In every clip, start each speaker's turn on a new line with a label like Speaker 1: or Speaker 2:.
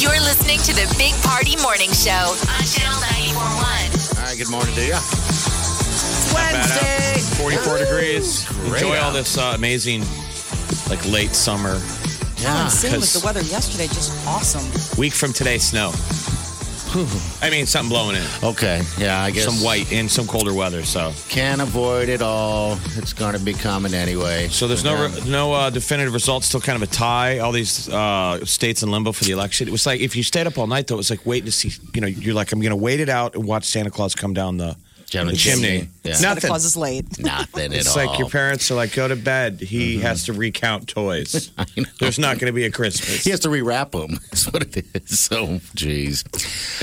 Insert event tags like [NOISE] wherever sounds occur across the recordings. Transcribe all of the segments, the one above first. Speaker 1: You're listening to the Big Party Morning Show on Channel 941.
Speaker 2: All right, good morning to you. Wednesday. 44 degrees. Enjoy all this uh, amazing, like late summer.
Speaker 3: How insane was
Speaker 2: 'cause-
Speaker 3: the weather yesterday? Just awesome.
Speaker 2: Week from today, [SIGHS] snow. I mean, something blowing in.
Speaker 4: Okay, yeah, I guess
Speaker 2: Some white and some colder weather. So,
Speaker 4: can't avoid it all. It's going to be coming anyway.
Speaker 2: so there's no
Speaker 4: Yeah.
Speaker 2: no uh, definitive results. Still kind of a tie. All these uh, states in limbo for the election. It was like if you stayed up all night, though, it was like waiting to see. You know, you're like, I'm going to wait it out and watch Santa Claus come down the,
Speaker 4: Down
Speaker 2: the
Speaker 4: the
Speaker 2: chimney.
Speaker 4: chimney. Yeah.
Speaker 3: Santa
Speaker 2: Nothing.
Speaker 3: Claus is late.
Speaker 4: nothing at
Speaker 2: [LAUGHS] It's
Speaker 4: all.
Speaker 2: like your parents are like, go to bed. He has to recount [LAUGHS] toys. There's not going to be a Christmas.
Speaker 4: He has to rewrap them. That's what it [LAUGHS] is. So, jeez.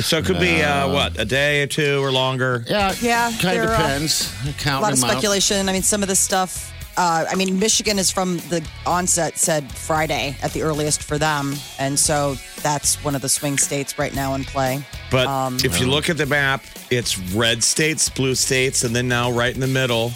Speaker 2: So it could be uh, what a day or two or longer.
Speaker 4: Yeah,
Speaker 3: Yeah,
Speaker 4: Kind
Speaker 3: there
Speaker 4: of
Speaker 3: are
Speaker 4: depends.
Speaker 3: A
Speaker 4: Counting
Speaker 3: lot of
Speaker 4: them out.
Speaker 3: speculation. I mean, some of this stuff. Uh, I mean, Michigan is from the onset said Friday at the earliest for them, and so that's one of the swing states right now in play.
Speaker 2: But
Speaker 4: Um,
Speaker 2: if you look at the map, it's red states, blue states, and then now right in the middle,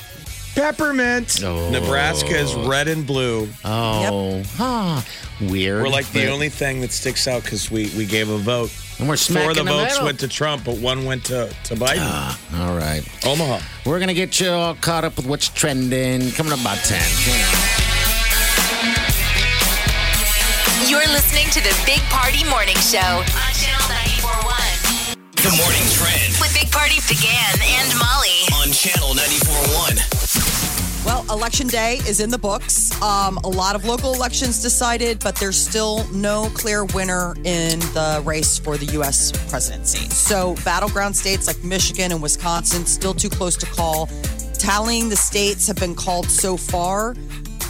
Speaker 2: peppermint.
Speaker 4: Oh.
Speaker 2: Nebraska is red and blue.
Speaker 4: Oh, huh. weird.
Speaker 2: We're like the
Speaker 4: but-
Speaker 2: only thing that sticks out because we we gave a vote.
Speaker 4: And we're
Speaker 2: Four
Speaker 4: smacking
Speaker 2: of the
Speaker 4: the
Speaker 2: votes
Speaker 4: middle.
Speaker 2: went to Trump, but one went to to Biden.
Speaker 4: All right.
Speaker 2: Omaha.
Speaker 4: We're going to get you all caught up with what's trending. Coming up about 10.
Speaker 1: You're listening to the Big Party Morning Show on Channel 941
Speaker 5: The morning trend
Speaker 1: with Big Party began and Molly.
Speaker 5: on channel 941.
Speaker 3: Well, election day is in the books. Um, a lot of local elections decided, but there's still no clear winner in the race for the U.S. presidency. So, battleground states like Michigan and Wisconsin still too close to call. Tallying the states have been called so far.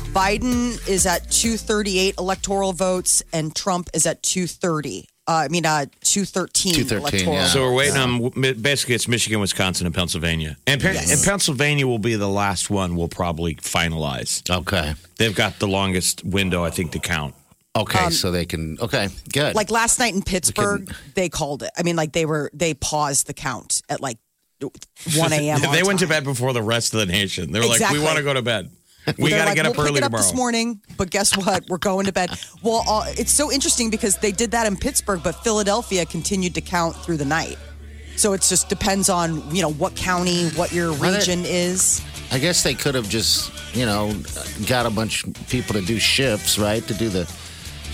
Speaker 3: Biden is at 238 electoral votes, and Trump is at 230. Uh, I mean, uh, 213,
Speaker 4: 213,
Speaker 3: electoral.
Speaker 4: yeah.
Speaker 2: So we're waiting on basically it's Michigan, Wisconsin, and Pennsylvania. And, Pen- and Pennsylvania will be the last one we'll probably finalize.
Speaker 4: Okay.
Speaker 2: They've got the longest window, I think, to count.
Speaker 4: Okay,
Speaker 3: Um,
Speaker 4: so they can. Okay, good.
Speaker 3: like last night in Pittsburgh, they called it. I mean, like they were they paused the count at like one
Speaker 2: [LAUGHS]
Speaker 3: a.m.
Speaker 2: they
Speaker 3: our
Speaker 2: went to bed
Speaker 3: time.
Speaker 2: before the rest of the nation. They were like,
Speaker 3: Exactly.
Speaker 2: we want to go to bed. We
Speaker 3: They're
Speaker 2: got to
Speaker 3: like,
Speaker 2: get up
Speaker 3: we'll pick
Speaker 2: early
Speaker 3: it up
Speaker 2: tomorrow.
Speaker 3: this morning, but guess what? We're going to bed. Well, uh, it's so interesting because they did that in Pittsburgh, but Philadelphia continued to count through the night. So it just depends on you know what county, what your
Speaker 4: they-
Speaker 3: region is.
Speaker 4: I guess they could have just, you know, got a bunch of people to do shifts, right? To do the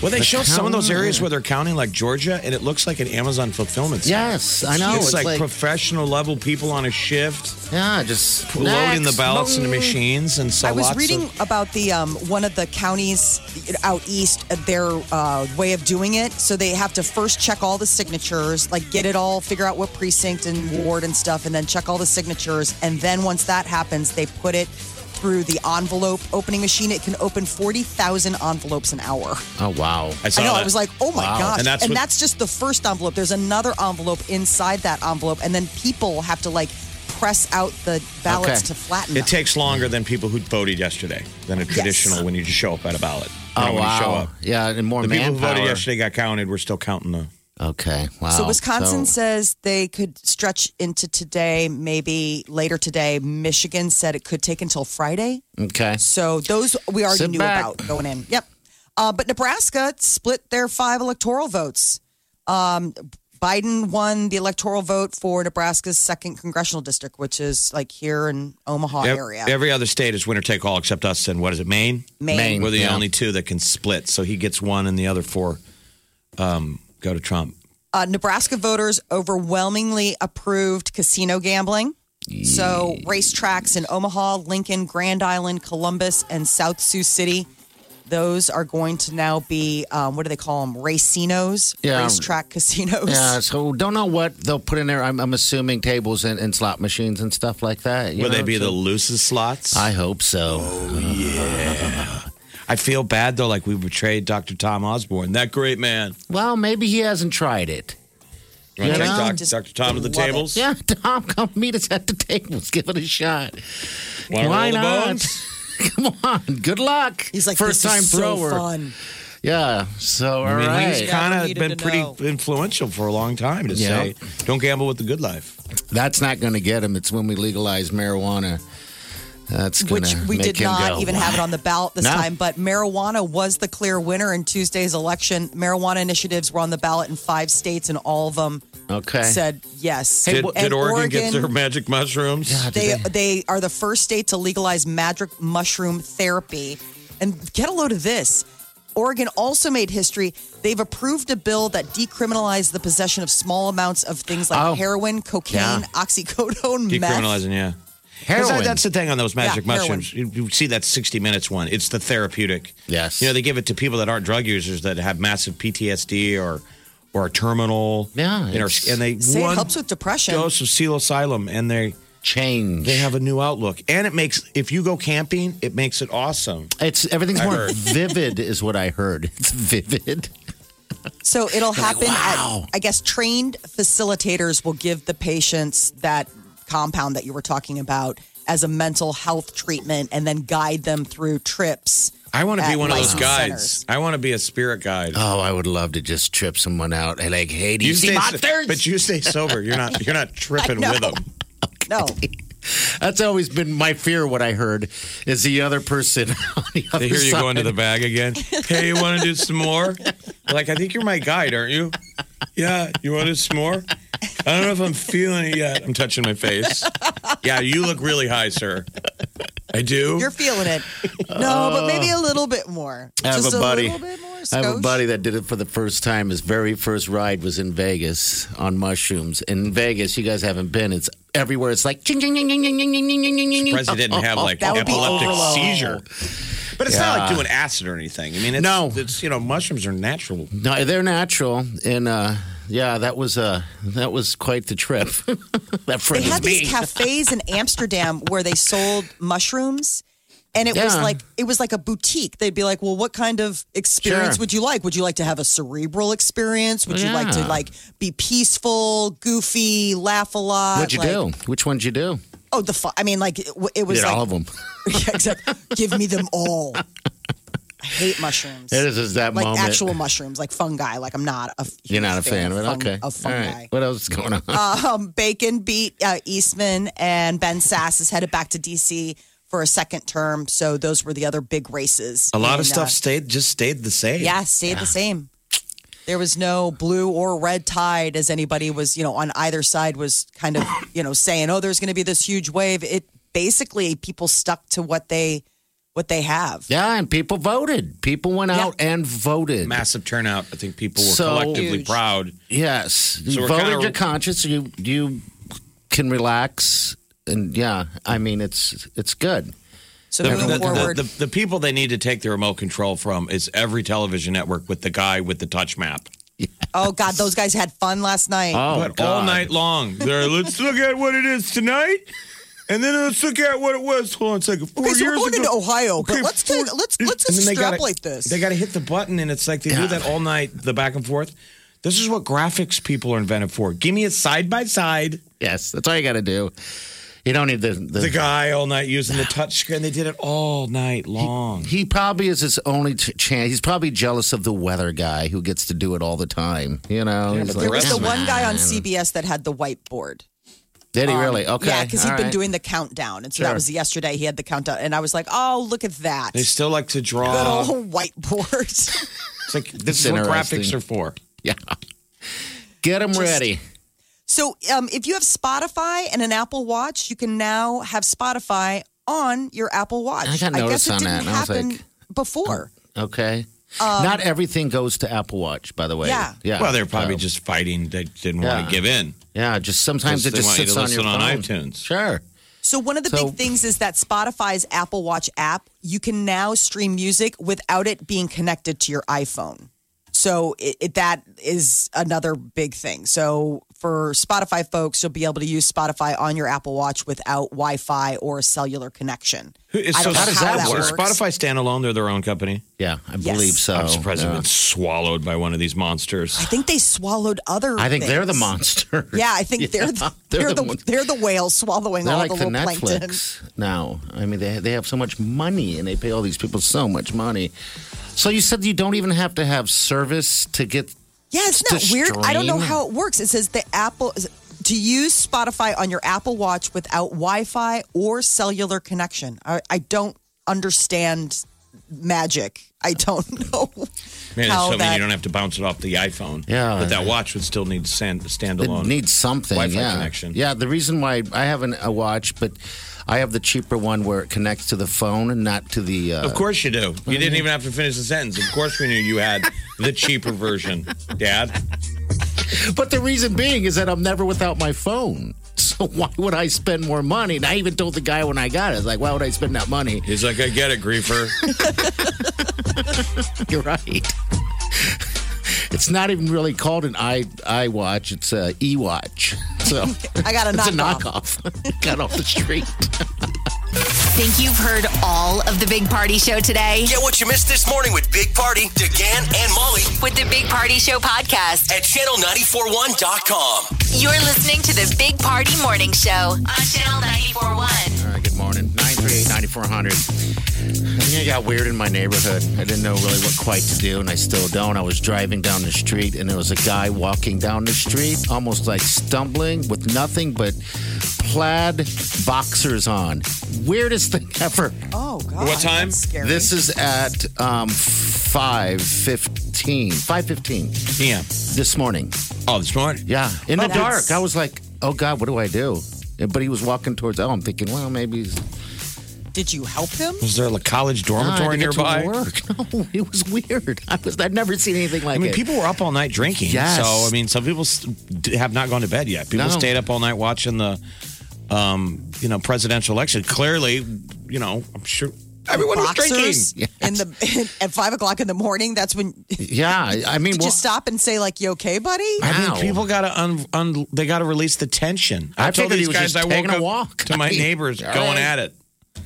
Speaker 2: Well, they
Speaker 4: The
Speaker 2: show some of those
Speaker 4: county-
Speaker 2: areas where they're counting, like Georgia, and it looks like an Amazon fulfillment. center.
Speaker 4: yes, I know.
Speaker 2: It's, like, professional level people on a shift
Speaker 4: yeah, just
Speaker 2: loading the
Speaker 4: next,
Speaker 2: ballots into
Speaker 4: boom.
Speaker 2: machines, and so
Speaker 3: I was
Speaker 2: lots
Speaker 3: reading
Speaker 2: of
Speaker 3: about the um, one of the counties out east uh, their uh, way of doing it. So they have to first check all the signatures, like get it all, figure out what precinct and ward and stuff, and then check all the signatures. And then once that happens, they put it through the envelope opening machine. It can open forty thousand envelopes an hour.
Speaker 4: Oh wow!
Speaker 2: I saw
Speaker 3: I know.
Speaker 2: that.
Speaker 3: I was like, oh my
Speaker 4: Wow.
Speaker 2: And
Speaker 3: gosh. And,
Speaker 2: that's
Speaker 3: that's,
Speaker 2: what-
Speaker 3: just the first envelope. There's another envelope inside that envelope. And then people have to like press out the ballots
Speaker 4: Okay.
Speaker 3: to flatten them.
Speaker 2: It takes longer than people who voted yesterday than a traditional when you just show up at a ballot. You know,
Speaker 4: oh
Speaker 2: when you
Speaker 4: wow!
Speaker 2: show up.
Speaker 4: Yeah, and more
Speaker 2: The people who
Speaker 4: manpower.
Speaker 2: voted yesterday got counted. We're still counting the.
Speaker 4: Okay, wow.
Speaker 3: So Wisconsin
Speaker 4: Oh, So-
Speaker 3: says they could stretch into today, maybe later today. Michigan said it could take until Friday.
Speaker 4: okay,
Speaker 3: So those we already
Speaker 4: Sit
Speaker 3: knew
Speaker 4: back.
Speaker 3: about going in. Yep. Uh, but Nebraska split their five electoral votes. Um, Biden won the electoral vote for Nebraska's second congressional district, which is like here in Omaha
Speaker 2: Ev-
Speaker 3: area.
Speaker 2: Every other state is winner take all except us and what is it, Maine?
Speaker 3: Maine. Maine,
Speaker 2: We're the
Speaker 4: yeah.
Speaker 2: only two that can split. So he gets one and the other four um, go to Trump.
Speaker 3: Uh, Nebraska voters overwhelmingly approved casino gambling. So, racetracks in Omaha, Lincoln, Grand Island, Columbus, and South Sioux City, those are going to now be, um, what do they call them? Racinos,
Speaker 4: Yeah.
Speaker 3: racetrack casinos.
Speaker 4: yeah. So don't know what they'll put in there. I'm, I'm assuming tables and, and slot machines and stuff like that. you
Speaker 2: Will they
Speaker 4: know,
Speaker 2: be the
Speaker 4: so-
Speaker 2: loosest slots?
Speaker 4: I hope so.
Speaker 2: I feel bad though, like we betrayed Dr. Tom Osborne, that great man.
Speaker 4: Well, maybe he hasn't tried it.
Speaker 2: You
Speaker 4: You
Speaker 2: take
Speaker 4: know?
Speaker 2: Doc- Dr. Tom to the
Speaker 3: love it.
Speaker 2: tables.
Speaker 4: Yeah, [LAUGHS] Tom, come meet us at the tables. Give it a shot.
Speaker 2: Wanna
Speaker 4: Why
Speaker 2: roll the
Speaker 4: not?
Speaker 2: bones?
Speaker 4: Come on. Good luck.
Speaker 3: He's like,
Speaker 4: first
Speaker 3: this
Speaker 4: time
Speaker 3: is
Speaker 4: thrower.
Speaker 3: so fun.
Speaker 4: Yeah. So all
Speaker 2: I
Speaker 4: right.
Speaker 2: mean, he's kind
Speaker 3: Yeah, we
Speaker 2: of
Speaker 3: needed
Speaker 2: been
Speaker 3: to
Speaker 2: pretty
Speaker 3: know.
Speaker 2: influential for a long time to
Speaker 4: Yeah.
Speaker 2: say, don't gamble with the good life.
Speaker 4: That's not going to get him. It's when we legalize marijuana. That's going
Speaker 3: Which
Speaker 4: to
Speaker 3: we
Speaker 4: make
Speaker 3: did
Speaker 4: him
Speaker 3: not
Speaker 4: go,
Speaker 3: even have it on the ballot this
Speaker 4: No.
Speaker 3: time, but marijuana was the clear winner in Tuesday's election. Marijuana initiatives were on the ballot in five states, and all of them
Speaker 4: Okay.
Speaker 3: said yes.
Speaker 2: Did,
Speaker 3: And
Speaker 2: did Oregon, get their [LAUGHS] magic mushrooms?
Speaker 3: they, they are the first state to legalize magic mushroom therapy. And get a load of this. Oregon also made history. They've approved a bill that decriminalized the possession of small amounts of things like
Speaker 4: Oh.
Speaker 3: heroin, cocaine,
Speaker 4: Yeah.
Speaker 3: oxycodone, meth.
Speaker 2: Decriminalizing, yeah. 'Cause
Speaker 4: Heroin.
Speaker 2: That, that's the thing on those magic
Speaker 3: Yeah, heroin.
Speaker 2: mushrooms. You, you see that 60 Minutes one. It's the therapeutic.
Speaker 4: Yes.
Speaker 2: You know, they give it to people that aren't drug users that have massive PTSD or or are terminal.
Speaker 4: Yeah,
Speaker 2: And, are,
Speaker 4: it's-
Speaker 2: and they
Speaker 3: Say
Speaker 2: one
Speaker 3: it helps with depression.
Speaker 2: dose of psilocybin and they
Speaker 4: change.
Speaker 2: they have a new outlook. And it makes if you go camping, it makes it awesome.
Speaker 4: It's everything's
Speaker 2: I
Speaker 4: more [LAUGHS]
Speaker 2: heard.
Speaker 4: vivid, is what I heard. It's vivid.
Speaker 3: So it'll happen.
Speaker 4: wow.
Speaker 3: at, I guess trained facilitators will give the patients that compound that you were talking about as a mental health treatment and then guide them through trips.
Speaker 2: I want to be
Speaker 3: At
Speaker 2: one of those guides.
Speaker 3: licensed
Speaker 2: I want to be a spirit guide.
Speaker 4: Oh, I would love to just trip someone out and like, hey, do you, see
Speaker 2: stay so-
Speaker 4: monsters?
Speaker 2: but you stay sober. You're not you're [LAUGHS] not tripping with them.
Speaker 3: No.
Speaker 4: That's always been my fear. What I heard is the other person. [LAUGHS] On the other
Speaker 2: They hear you
Speaker 4: side.
Speaker 2: go into the bag again. [LAUGHS] Hey, you want to do some more? Like, I think you're my guide, aren't you? Yeah, you want to do some more? I don't know if I'm feeling it yet. I'm touching my face. Yeah, you look really high, sir. I do.
Speaker 4: [LAUGHS]
Speaker 3: You're feeling it. No, but maybe a little bit more.
Speaker 4: I have
Speaker 3: Just
Speaker 4: a buddy.
Speaker 3: little bit more.
Speaker 4: I have a
Speaker 3: skosh.
Speaker 4: buddy that did it for the first time. His very first ride was in Vegas on mushrooms. In Vegas, you guys haven't been. It's everywhere. It's like ching, ching, ching, ching, ching, ching, ching, ching, ching, ching, ching.
Speaker 2: Surprised you didn't have like
Speaker 3: Oh, That would be
Speaker 2: epileptic
Speaker 3: overload.
Speaker 2: seizure. But it's not like doing acid or anything. I mean, it's,
Speaker 4: No.
Speaker 2: it's you know, mushrooms are natural.
Speaker 4: No, they're natural, and uh, yeah, that was uh, that was quite the trip. [LAUGHS] that
Speaker 3: They
Speaker 4: friend
Speaker 3: had
Speaker 4: is me.
Speaker 3: these cafes in Amsterdam where they sold mushrooms. And it was
Speaker 4: Yeah.
Speaker 3: like it was like a boutique. They'd be like, "Well, what kind of experience
Speaker 4: Sure.
Speaker 3: would you like? Would you like to have a cerebral experience? Would you like to
Speaker 4: Yeah.
Speaker 3: like be peaceful, goofy, laugh a lot?"
Speaker 4: What'd you
Speaker 3: like,
Speaker 4: do? Which one'd you do?
Speaker 3: Oh, the fu- I mean, like it, w- it was
Speaker 4: Did
Speaker 3: like
Speaker 4: all of them?
Speaker 3: [LAUGHS]
Speaker 4: [LAUGHS]
Speaker 3: Yeah, exactly. Give me them all. I hate mushrooms.
Speaker 4: It is just that
Speaker 3: like
Speaker 4: moment.
Speaker 3: actual mushrooms, like fungi. Like I'm not a huge
Speaker 4: You're not a fan of it.
Speaker 3: fung-
Speaker 4: okay.
Speaker 3: of
Speaker 4: all
Speaker 3: fungi.
Speaker 4: right. What else is going on?
Speaker 3: Um, Bacon beat uh, Eastman, and Ben Sass is headed back to DC for a second term. So those were the other big races.
Speaker 2: A lot of
Speaker 3: And,
Speaker 2: stuff
Speaker 3: uh,
Speaker 2: stayed just stayed the same.
Speaker 3: yeah, stayed the same. There was no blue or red tide, as anybody was, you know, on either side was
Speaker 4: [LAUGHS]
Speaker 3: kind of, you know, saying, "Oh, there's going to be this huge wave." It basically people stuck to what they what they have.
Speaker 4: yeah, and people voted. People went
Speaker 3: Yeah.
Speaker 4: out and voted.
Speaker 2: Massive turnout. I think people were
Speaker 4: So-
Speaker 2: collectively
Speaker 3: Huge.
Speaker 2: proud.
Speaker 4: Yes, you
Speaker 2: we're
Speaker 4: voted
Speaker 2: kinda-
Speaker 4: your conscience. You you can relax, and yeah, I mean it's it's good.
Speaker 3: So
Speaker 2: The,
Speaker 3: moving
Speaker 2: the-
Speaker 3: forward,
Speaker 2: the- the- the people they need to take the remote control from is every television network with the guy with the touch map.
Speaker 3: oh god, those guys had fun last night.
Speaker 4: Oh,
Speaker 2: but all
Speaker 4: God.
Speaker 2: night long. They're, let's look at what it is tonight, and then let's look at what it was. Hold on a second. Four
Speaker 3: okay, so we're
Speaker 2: years
Speaker 3: going
Speaker 2: ago.
Speaker 3: into Ohio, but
Speaker 2: Okay,
Speaker 3: let's
Speaker 2: four-
Speaker 3: take, let's let's
Speaker 2: And
Speaker 3: just
Speaker 2: then they gotta-
Speaker 3: extrapolate this.
Speaker 2: They got to hit the button, and it's like they do
Speaker 4: Yeah.
Speaker 2: that all night, the back and forth. This is what graphics people are invented for. Give me a side by side.
Speaker 4: Yes, that's all you got to do. You don't need the the,
Speaker 2: The guy all night using the touch screen. They did it all night long.
Speaker 4: He probably is his only t- chance. He's probably jealous of the weather guy who gets to do it all the time. You know, He's
Speaker 2: but
Speaker 4: like,
Speaker 3: there was the
Speaker 2: Rest-
Speaker 3: one guy on CBS that had the whiteboard.
Speaker 4: Did he really? Okay,
Speaker 3: Um, Yeah, because he'd
Speaker 4: all
Speaker 3: been
Speaker 4: right.
Speaker 3: doing the countdown, and so that
Speaker 2: Sure.
Speaker 3: was yesterday. He had the countdown, and I was like, "Oh, look at that!"
Speaker 2: They still like to
Speaker 3: good
Speaker 2: draw.
Speaker 3: old [LAUGHS] whiteboard. [LAUGHS]
Speaker 2: It's like this is what
Speaker 4: interesting.
Speaker 2: graphics are for.
Speaker 4: Yeah, get him ready.
Speaker 3: so, um, if you have Spotify and an Apple Watch, you can now have Spotify on your Apple Watch.
Speaker 4: I got notice
Speaker 3: guess it
Speaker 4: on that,
Speaker 3: didn't
Speaker 4: and I was
Speaker 3: happen
Speaker 4: like-
Speaker 3: before.
Speaker 4: Okay. Not everything goes to Apple Watch, by the way.
Speaker 3: Um, Yeah.
Speaker 4: yeah.
Speaker 2: Well, they're probably
Speaker 4: So,
Speaker 2: just fighting. They didn't want
Speaker 4: Yeah.
Speaker 2: to give in.
Speaker 4: yeah. Just sometimes
Speaker 2: Just
Speaker 4: it
Speaker 2: they
Speaker 4: just
Speaker 2: want you
Speaker 4: sits
Speaker 2: to
Speaker 4: on your
Speaker 2: listen on
Speaker 4: phone.
Speaker 2: iTunes.
Speaker 4: Sure.
Speaker 3: So one of the
Speaker 4: So-
Speaker 3: big things is that Spotify's Apple Watch app, you can now stream music without it being connected to your iPhone. So it, it, that is another big thing. So for Spotify folks, you'll be able to use Spotify on your Apple Watch without Wi Fi or a cellular connection.
Speaker 2: It's
Speaker 3: I
Speaker 2: so
Speaker 3: don't know
Speaker 4: how does that
Speaker 2: so
Speaker 4: work?
Speaker 2: Spotify standalone, they're their own company.
Speaker 4: Yeah, I
Speaker 3: Yes.
Speaker 4: believe so.
Speaker 2: I'm surprised
Speaker 4: Yeah.
Speaker 2: they've been swallowed by one of these monsters.
Speaker 3: I think they swallowed other.
Speaker 4: I think they're the
Speaker 3: things.
Speaker 4: monster.
Speaker 3: Yeah,
Speaker 4: [LAUGHS]
Speaker 3: I think they're the, they're, the,
Speaker 4: one-
Speaker 3: they're the whale swallowing
Speaker 4: They're
Speaker 3: all
Speaker 4: like
Speaker 3: the
Speaker 4: the
Speaker 3: little plankton.
Speaker 4: Netflix now. I mean, they they have so much money, and they pay all these people so much money. So you said you don't even have to have service to get.
Speaker 3: Yeah, it's
Speaker 4: to
Speaker 3: not weird. I don't know
Speaker 4: stream.
Speaker 3: how it works. It says the Apple is- to use Spotify on your Apple Watch without Wi-Fi or cellular connection. I, I don't understand magic. I don't [LAUGHS] know
Speaker 2: Man,
Speaker 3: how
Speaker 2: it's so mean
Speaker 3: that.
Speaker 2: you don't have to bounce it off the iPhone.
Speaker 4: Yeah.
Speaker 2: But that watch would still need stand,
Speaker 4: It
Speaker 2: standalone.
Speaker 4: needs something.
Speaker 2: Wi-Fi
Speaker 4: yeah.
Speaker 2: connection.
Speaker 4: Yeah. The reason why I haven't a watch, but I have the cheaper one where it connects to the phone and not to the. Uh,
Speaker 2: Of course you do. You didn't even have to finish the sentence. Of course we knew you had the cheaper version, Dad.
Speaker 4: But the reason being is that I'm never without my phone. [LAUGHS] So why would I spend more money? And I even told the guy when I got it, I was like, why would I spend that money?
Speaker 2: He's like, I get it, Griefer.
Speaker 4: [LAUGHS] You're right. It's not even really called an i i watch. It's a e watch. So
Speaker 3: I got a
Speaker 4: it's a
Speaker 3: knockoff.
Speaker 4: knockoff. [LAUGHS] Got off the street.
Speaker 1: Think you've heard all of the Big Party Show today?
Speaker 5: Get what you missed this morning with Big Party, DeGan, and Molly
Speaker 1: With the Big Party Show podcast,
Speaker 5: at channel941.com.
Speaker 1: you're listening to the Big Party Morning Show on Channel 941.
Speaker 4: All right. Good morning. Nine three eight ninety four hundred. I think I got weird in my neighborhood. I didn't know really what quite to do, and I still don't. I was driving down the street, and there was a guy walking down the street, almost like stumbling with nothing but plaid boxers on. Weirdest thing [LAUGHS] ever.
Speaker 3: Oh God!
Speaker 2: What time?
Speaker 3: That's scary.
Speaker 4: This is at um, 5.15. 5.15
Speaker 2: PM.
Speaker 4: this morning.
Speaker 2: Oh, this morning.
Speaker 4: Yeah. In the
Speaker 3: But
Speaker 4: dark.
Speaker 3: that's-
Speaker 4: I was like, oh, God, what do I do? And- But he was walking towards, oh, I'm thinking, well, maybe he's
Speaker 3: Did you help him?
Speaker 2: Was there a college
Speaker 4: Ah, I
Speaker 2: dormitory
Speaker 4: had to get to
Speaker 2: nearby?
Speaker 4: work. [LAUGHS] No, it was weird. I was, I'd never seen anything like
Speaker 2: I mean,
Speaker 4: it.
Speaker 2: people were up all night drinking.
Speaker 4: Yes.
Speaker 2: So, I mean, some people s- d- have not gone to bed yet. People
Speaker 4: No.
Speaker 2: stayed up all night watching the, um, you know, presidential election. Clearly, you know, I'm sure everyone was drinking.
Speaker 3: Boxers in the [LAUGHS] at five o'clock in the morning. That's when [LAUGHS] did
Speaker 4: yeah. I- I mean,
Speaker 3: you
Speaker 4: well,
Speaker 3: stop and say like, "You okay, buddy?"
Speaker 2: I mean,
Speaker 4: Ow.
Speaker 2: people got to un, un, they got to release the tension.
Speaker 4: I
Speaker 2: I, told
Speaker 4: figured he
Speaker 2: these
Speaker 4: was
Speaker 2: guys
Speaker 4: just
Speaker 2: I
Speaker 4: taking
Speaker 2: woke
Speaker 4: a
Speaker 2: up
Speaker 4: walk. [LAUGHS]
Speaker 2: to my
Speaker 4: I mean,
Speaker 2: neighbors
Speaker 4: all
Speaker 2: going
Speaker 4: right.
Speaker 2: at it.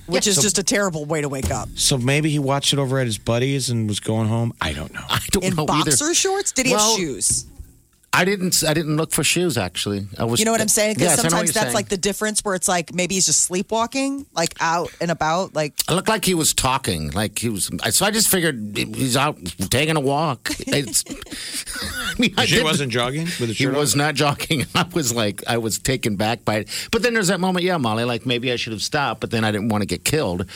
Speaker 3: Which is just a terrible way to wake up.
Speaker 2: So maybe he watched it over at his buddies and was going home. I don't know.
Speaker 4: I don't
Speaker 3: In
Speaker 4: know
Speaker 3: boxer
Speaker 4: either.
Speaker 3: shorts? Did he
Speaker 4: Well,
Speaker 3: have shoes?
Speaker 4: I didn't. I didn't look for shoes. Actually, I was.
Speaker 3: You know what I'm saying? Because
Speaker 4: Yes, I know what
Speaker 3: sometimes
Speaker 4: you're
Speaker 3: that's
Speaker 4: saying.
Speaker 3: like the difference where it's like maybe he's just sleepwalking, like out and about. Like,
Speaker 4: It looked like he was talking, like he was. So I just figured he's out taking a walk. [LAUGHS] It's, I mean, I
Speaker 2: She
Speaker 4: did-
Speaker 2: wasn't jogging with a
Speaker 4: He
Speaker 2: shirt
Speaker 4: was not jogging. [LAUGHS] I was like, I was taken back by it. But then there's that moment, yeah, Molly, like maybe I should have stopped, but then I didn't want to get killed.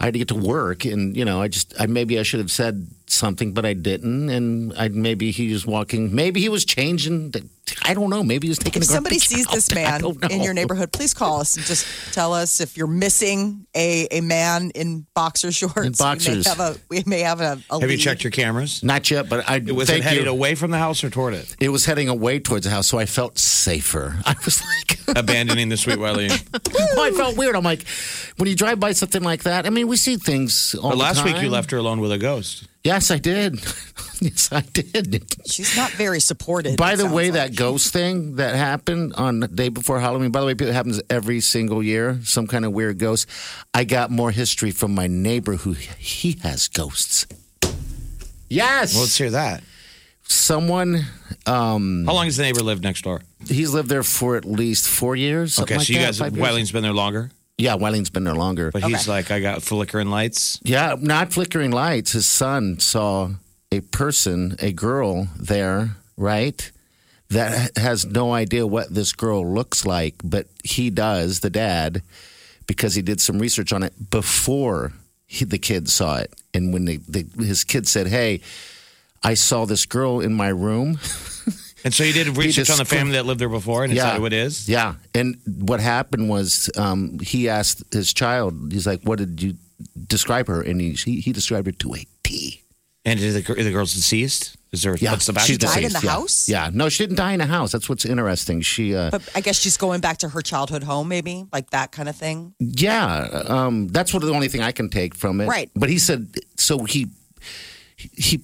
Speaker 4: I had to get to work, and you know, I just, I maybe I should have said something, but I didn't. And I maybe he was walking. Maybe he was changing. the- I don't know. Maybe he was taking.
Speaker 3: if
Speaker 4: the
Speaker 3: somebody
Speaker 4: garbage
Speaker 3: sees this
Speaker 4: out. [LAUGHS] I
Speaker 3: man
Speaker 4: don't know.
Speaker 3: in your neighborhood, please call us and just tell us if you're missing a, a man in boxer shorts. We
Speaker 4: boxers.
Speaker 3: may have a. We may have a, a
Speaker 2: Have
Speaker 4: [LAUGHS]
Speaker 2: you
Speaker 3: lead.
Speaker 2: checked your cameras?
Speaker 4: Not yet, but I
Speaker 2: Was
Speaker 4: thank
Speaker 2: it headed
Speaker 4: you.
Speaker 2: away from the house or toward
Speaker 4: [LAUGHS]
Speaker 2: it?
Speaker 4: It was heading away towards the house, so I felt safer. [LAUGHS] I was like.
Speaker 2: Abandoning the Sweet Wileen.
Speaker 4: Well, I felt weird. I'm like, when you drive by something like that, I mean, we see things all the
Speaker 2: But last week you
Speaker 4: time.
Speaker 2: left her alone with a ghost.
Speaker 4: Yes, I did. [LAUGHS] yes, I did.
Speaker 3: She's not very supported.
Speaker 4: By
Speaker 3: it
Speaker 4: the
Speaker 3: sounds
Speaker 4: way,
Speaker 3: like.
Speaker 4: that ghost thing that happened on the day before Halloween, by the way, it happens every single year, some kind of weird ghost. I got more history from my neighbor who he has ghosts. Yes.
Speaker 2: Well, let's hear that.
Speaker 4: Someone, um,
Speaker 2: How long has the neighbor lived next door?
Speaker 4: he's lived there for at least four years.
Speaker 2: Okay,
Speaker 4: something like
Speaker 2: so you
Speaker 4: that,
Speaker 2: guys,
Speaker 4: five years.
Speaker 2: Wileen's been there longer,
Speaker 4: Yeah, Wiling's been there longer.
Speaker 2: but he's like, I got flickering lights.
Speaker 4: Yeah, not flickering lights. His son saw a person, a girl there, right? That has no idea what this girl looks like, but he does, the dad, because he did some research on it before he, the kid saw it. And when the, the, his kid said, Hey, I saw this girl in my room.
Speaker 2: And so you did research
Speaker 4: just
Speaker 2: on the family that lived there before, and is that who it is?
Speaker 4: Yeah. And what happened was um, he asked his child, He's like, What did you describe her? And he, he, he described her to a T.
Speaker 2: And is the, gir- the girl's deceased? Is there
Speaker 4: Yeah,
Speaker 2: what's the back?
Speaker 4: she's
Speaker 3: Died in
Speaker 4: deceased,
Speaker 3: the
Speaker 4: yeah.
Speaker 3: house?
Speaker 4: Yeah, no, she didn't die in a house. That's what's interesting. She, uh,
Speaker 3: But I guess she's going back to her childhood home, maybe like that kind of thing.
Speaker 4: yeah, um, that's what the only thing I can take from it.
Speaker 3: Right.
Speaker 4: But he [LAUGHS] said so. He he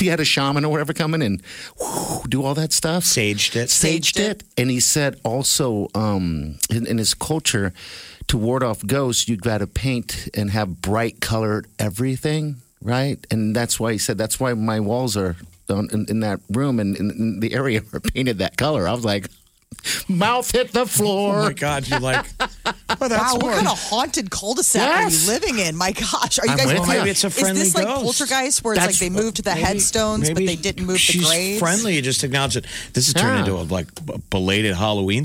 Speaker 4: you had a shaman or whatever come in and whoo, do all that stuff.
Speaker 6: Saged it.
Speaker 4: Saged
Speaker 3: Saged
Speaker 4: it. And he said also um, in, in his culture, to ward off ghosts, you've got to paint and have bright colored everything, right? And that's why he said, that's why my walls are on, in, in that room and in, in the area [LAUGHS] are painted that color. I was like, [LAUGHS] mouth hit the floor.
Speaker 2: Oh my God,
Speaker 4: [LAUGHS]
Speaker 2: you're like, oh, that's
Speaker 3: Wow, what
Speaker 2: more-
Speaker 3: kind of haunted cul-de-sac
Speaker 4: Yes.
Speaker 3: are you living in? My gosh, are you
Speaker 4: I'm
Speaker 3: guys?
Speaker 4: with Well,
Speaker 2: maybe it's a friendly
Speaker 3: Is this like
Speaker 2: ghost.
Speaker 3: poltergeist, where it's
Speaker 4: That's-
Speaker 3: like they moved the headstones, but
Speaker 2: Maybe
Speaker 3: they didn't move
Speaker 2: she's
Speaker 3: the graves?
Speaker 2: friendly. You just acknowledge it. This has turned
Speaker 4: Yeah.
Speaker 2: into a like b- belated Halloween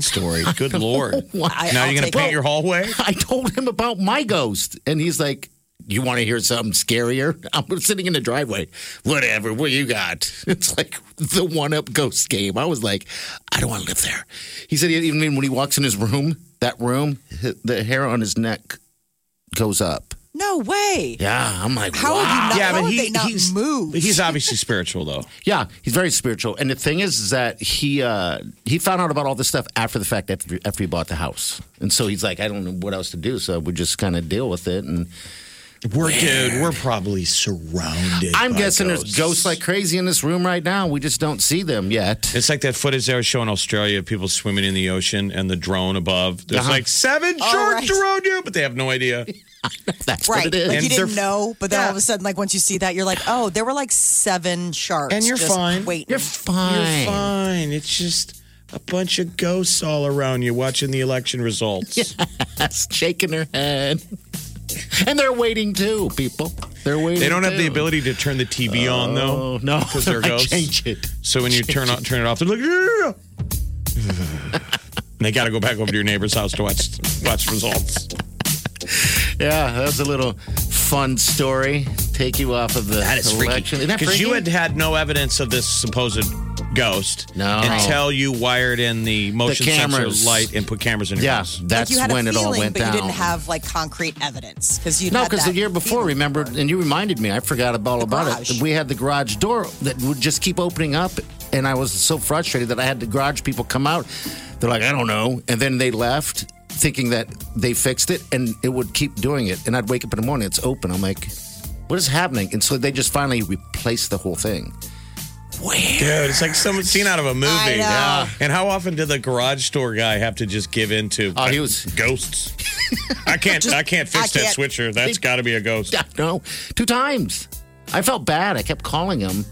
Speaker 4: [LAUGHS]
Speaker 2: story. Good lord!
Speaker 3: I-
Speaker 2: now
Speaker 3: I'll
Speaker 2: you're gonna
Speaker 3: take
Speaker 2: paint
Speaker 3: it.
Speaker 2: your hallway.
Speaker 4: I told him about my ghost, and he's like, "You want to hear something scarier?" [LAUGHS] I'm sitting in the driveway. Whatever, what you got? [LAUGHS] It's like the one-up ghost game. I was like, "I don't want to live there." He said, even when he walks in his room, that room, h- the hair on his neck goes up.
Speaker 3: No way.
Speaker 4: Yeah, I'm like,
Speaker 3: How
Speaker 4: wow.
Speaker 3: have you not?
Speaker 2: yeah,
Speaker 3: how
Speaker 2: but
Speaker 3: have
Speaker 2: he,
Speaker 3: they not
Speaker 2: he's
Speaker 3: moved?
Speaker 2: he's obviously spiritual though.
Speaker 4: Yeah, he's very spiritual. And the thing is, is that he uh, he found out about all this stuff after the fact, after, after he bought the house. And so he's like, I don't know what else to do. So we just kind of deal with it. And
Speaker 2: We're dude. We're probably surrounded.
Speaker 4: I'm
Speaker 2: by
Speaker 4: guessing
Speaker 2: ghosts.
Speaker 4: there's ghosts like crazy in this room right now. We just don't see them
Speaker 2: [LAUGHS]
Speaker 4: yet.
Speaker 2: It's like that footage they were showing Australia, people swimming in the ocean and the drone above. There's
Speaker 4: Uh-huh.
Speaker 2: like seven
Speaker 3: Oh,
Speaker 2: sharks
Speaker 3: right.
Speaker 2: around you, but they have no idea.
Speaker 4: That's
Speaker 3: Right,
Speaker 4: what it is.
Speaker 3: like you
Speaker 2: And
Speaker 3: didn't
Speaker 2: they're-
Speaker 3: know, but then all of
Speaker 2: Yeah.
Speaker 3: a sudden, like once you see that, you're like, "Oh, there were like seven sharks."
Speaker 2: And you're
Speaker 3: just
Speaker 2: fine.
Speaker 3: Waiting.
Speaker 4: You're fine.
Speaker 2: You're fine. It's just a bunch of ghosts all around you watching the election
Speaker 4: [LAUGHS]
Speaker 2: results.
Speaker 4: That's shaking her head. [LAUGHS] And they're waiting too, people. They're waiting.
Speaker 2: They don't have the
Speaker 4: too.
Speaker 2: ability to turn the TV on though.
Speaker 4: Oh no,
Speaker 2: because
Speaker 4: [LAUGHS]
Speaker 2: they're
Speaker 4: I
Speaker 2: ghosts.
Speaker 4: Change it.
Speaker 2: So when you turn on, turn it off, they're like, "Yeah." [LAUGHS] and they got to go back over to your neighbor's house to watch watch results.
Speaker 4: Yeah, that's a little fun story. Take you off of the
Speaker 6: That is freaky.
Speaker 4: election. Isn't that
Speaker 2: Because you
Speaker 4: freaky?
Speaker 2: had had no evidence of this supposed ghost
Speaker 4: No.
Speaker 2: until you wired in the motion sensor
Speaker 4: cameras.
Speaker 2: light and put cameras in your
Speaker 4: yeah,
Speaker 2: house.
Speaker 3: Like
Speaker 4: that's
Speaker 3: you had
Speaker 4: when
Speaker 3: a
Speaker 4: it
Speaker 3: feeling,
Speaker 4: all went
Speaker 3: but
Speaker 4: down.
Speaker 3: you didn't have like concrete evidence because you
Speaker 4: No,
Speaker 3: because
Speaker 4: because the year before, remember, and you reminded me, I forgot about all
Speaker 3: The
Speaker 4: about
Speaker 3: garage.
Speaker 4: it. We had the garage door that would just keep opening up, and I was so frustrated that I had the garage people come out. They're like, I don't know. And then they left thinking that they fixed it, and it would keep doing it. And I'd wake up in the morning, it's open. I'm like, what is happening? And so they just finally replaced the whole thing. [LAUGHS]
Speaker 2: Dude, it's like some scene out of a movie.
Speaker 3: I know. Yeah.
Speaker 2: And how often did the garage door guy have to just give in to uh,
Speaker 4: Oh, he was-
Speaker 2: ghosts? I can't I can't fix
Speaker 3: I
Speaker 2: that
Speaker 3: can't-
Speaker 2: switcher. That's got to be a ghost.
Speaker 4: No, two times. I felt bad. I kept calling him,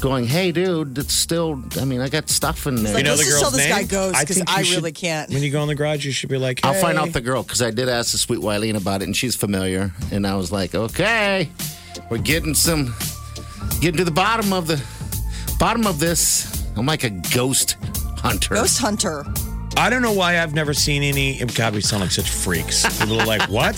Speaker 4: going, hey, dude, it's still, I mean, I got stuff in there.
Speaker 2: You
Speaker 3: like,
Speaker 2: know
Speaker 3: Let's
Speaker 2: the
Speaker 3: just tell
Speaker 2: girl's
Speaker 3: this guy
Speaker 2: name?
Speaker 3: ghost, 'cause
Speaker 2: think
Speaker 3: I
Speaker 2: you should-
Speaker 3: really can't.
Speaker 2: When you go in the garage, you should be like,
Speaker 4: I'll find
Speaker 2: "Hey."
Speaker 4: out the girl because I did ask the sweet Wileen about it, and she's familiar. And I was like, okay, we're getting some, getting to the bottom of the bottom of this. I'm like a ghost hunter.
Speaker 3: ghost hunter.
Speaker 2: I don't know why I've never seen any. oh, God, we sound like such freaks. A
Speaker 4: [LAUGHS]
Speaker 2: little like, what?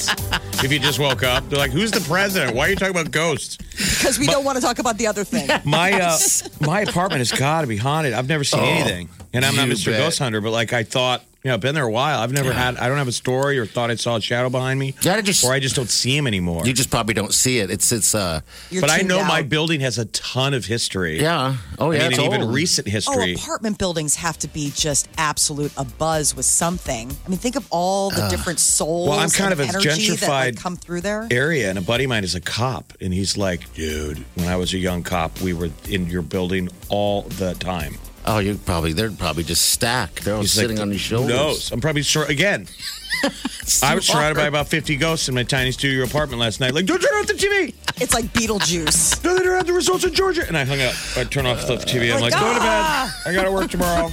Speaker 2: If you just woke up, they're like, who's the president? Why are you talking about ghosts?
Speaker 3: because we don't want to talk about the other thing.
Speaker 2: My uh, my apartment has got to be haunted. I've never seen anything, and I'm not
Speaker 4: Oh, you
Speaker 2: Mr.
Speaker 4: bet.
Speaker 2: Ghost Hunter, but like I thought, you know, I've been there a while. I've never had. I don't have a story or thought I saw a shadow behind me,
Speaker 4: Yeah, I just-
Speaker 2: or I just don't see him anymore.
Speaker 4: You just probably don't see it. It's it's uh
Speaker 3: You're
Speaker 2: but I
Speaker 3: tuned
Speaker 2: know my
Speaker 3: out.
Speaker 2: building has a ton of history.
Speaker 4: yeah oh yeah
Speaker 2: I mean,
Speaker 4: it's
Speaker 2: and even
Speaker 4: old.
Speaker 2: recent
Speaker 3: Oh,
Speaker 2: history.
Speaker 3: apartment buildings have to be just absolute abuzz with something. I mean, think of all the different souls.
Speaker 2: Well, I'm kind
Speaker 3: and
Speaker 2: of a
Speaker 3: energy that like,
Speaker 2: gentrified
Speaker 3: come through there.
Speaker 2: area and a buddy of mine is a cop and he's like dude when i was a young cop we were in your building all the time
Speaker 4: oh you probably they're probably just stacked they're all
Speaker 2: He's
Speaker 4: Oh, sitting
Speaker 2: like,
Speaker 4: on your shoulders
Speaker 2: Who knows? I'm probably sure again. I was surrounded by about 50 ghosts in my tiny studio apartment last night. Like, don't turn off the TV.
Speaker 3: It's like Beetlejuice.
Speaker 2: Don't turn off the results in Georgia. And I hung up. I turned off the TV. I'm like,
Speaker 3: Like,
Speaker 2: go to bed.
Speaker 3: ah!
Speaker 2: I got to work tomorrow.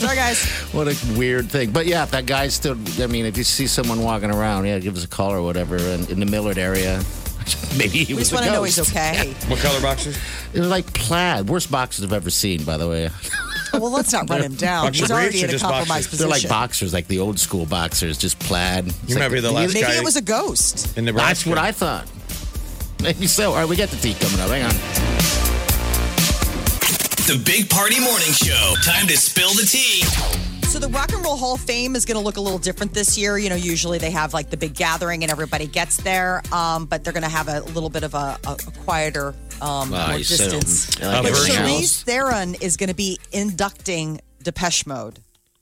Speaker 3: Sorry, guys.
Speaker 4: [LAUGHS] what a weird thing but yeah if that guy's still I mean if you see someone walking around yeah give us a call or whatever in, in the Millard area [LAUGHS] maybe he
Speaker 3: We
Speaker 4: was
Speaker 3: just
Speaker 4: a
Speaker 3: want to know he's
Speaker 4: ghost.
Speaker 3: okay.
Speaker 2: what color boxes?
Speaker 4: They're like plaid. Worst boxes I've ever seen, by the way.
Speaker 3: Well, let's not run him down.
Speaker 2: Boxer
Speaker 3: He's
Speaker 2: briefs
Speaker 3: already
Speaker 2: or
Speaker 3: in a
Speaker 2: just boxers?
Speaker 3: compromised
Speaker 4: They're like
Speaker 3: position.
Speaker 4: boxers, like the old school boxers, just plaid. It's
Speaker 2: You might
Speaker 4: like-
Speaker 2: be the last
Speaker 3: Maybe
Speaker 2: guy
Speaker 3: it was a ghost.
Speaker 2: in Nebraska.
Speaker 4: That's what I thought. Maybe [LAUGHS] so. All right, we got the tea coming up. Hang on.
Speaker 5: The Big Party Morning Show. Time to spill the tea.
Speaker 3: So the Rock and Roll Hall of Fame is going to look a little different this year. You know, usually they have like the big gathering and everybody gets there, um, but they're going to have a little bit of a, a, a quieter, um, more
Speaker 4: you said
Speaker 3: distance.
Speaker 4: them. I
Speaker 3: but
Speaker 4: like
Speaker 2: the
Speaker 3: Charlize
Speaker 2: version.
Speaker 3: Theron is going to be inducting Depeche Mode.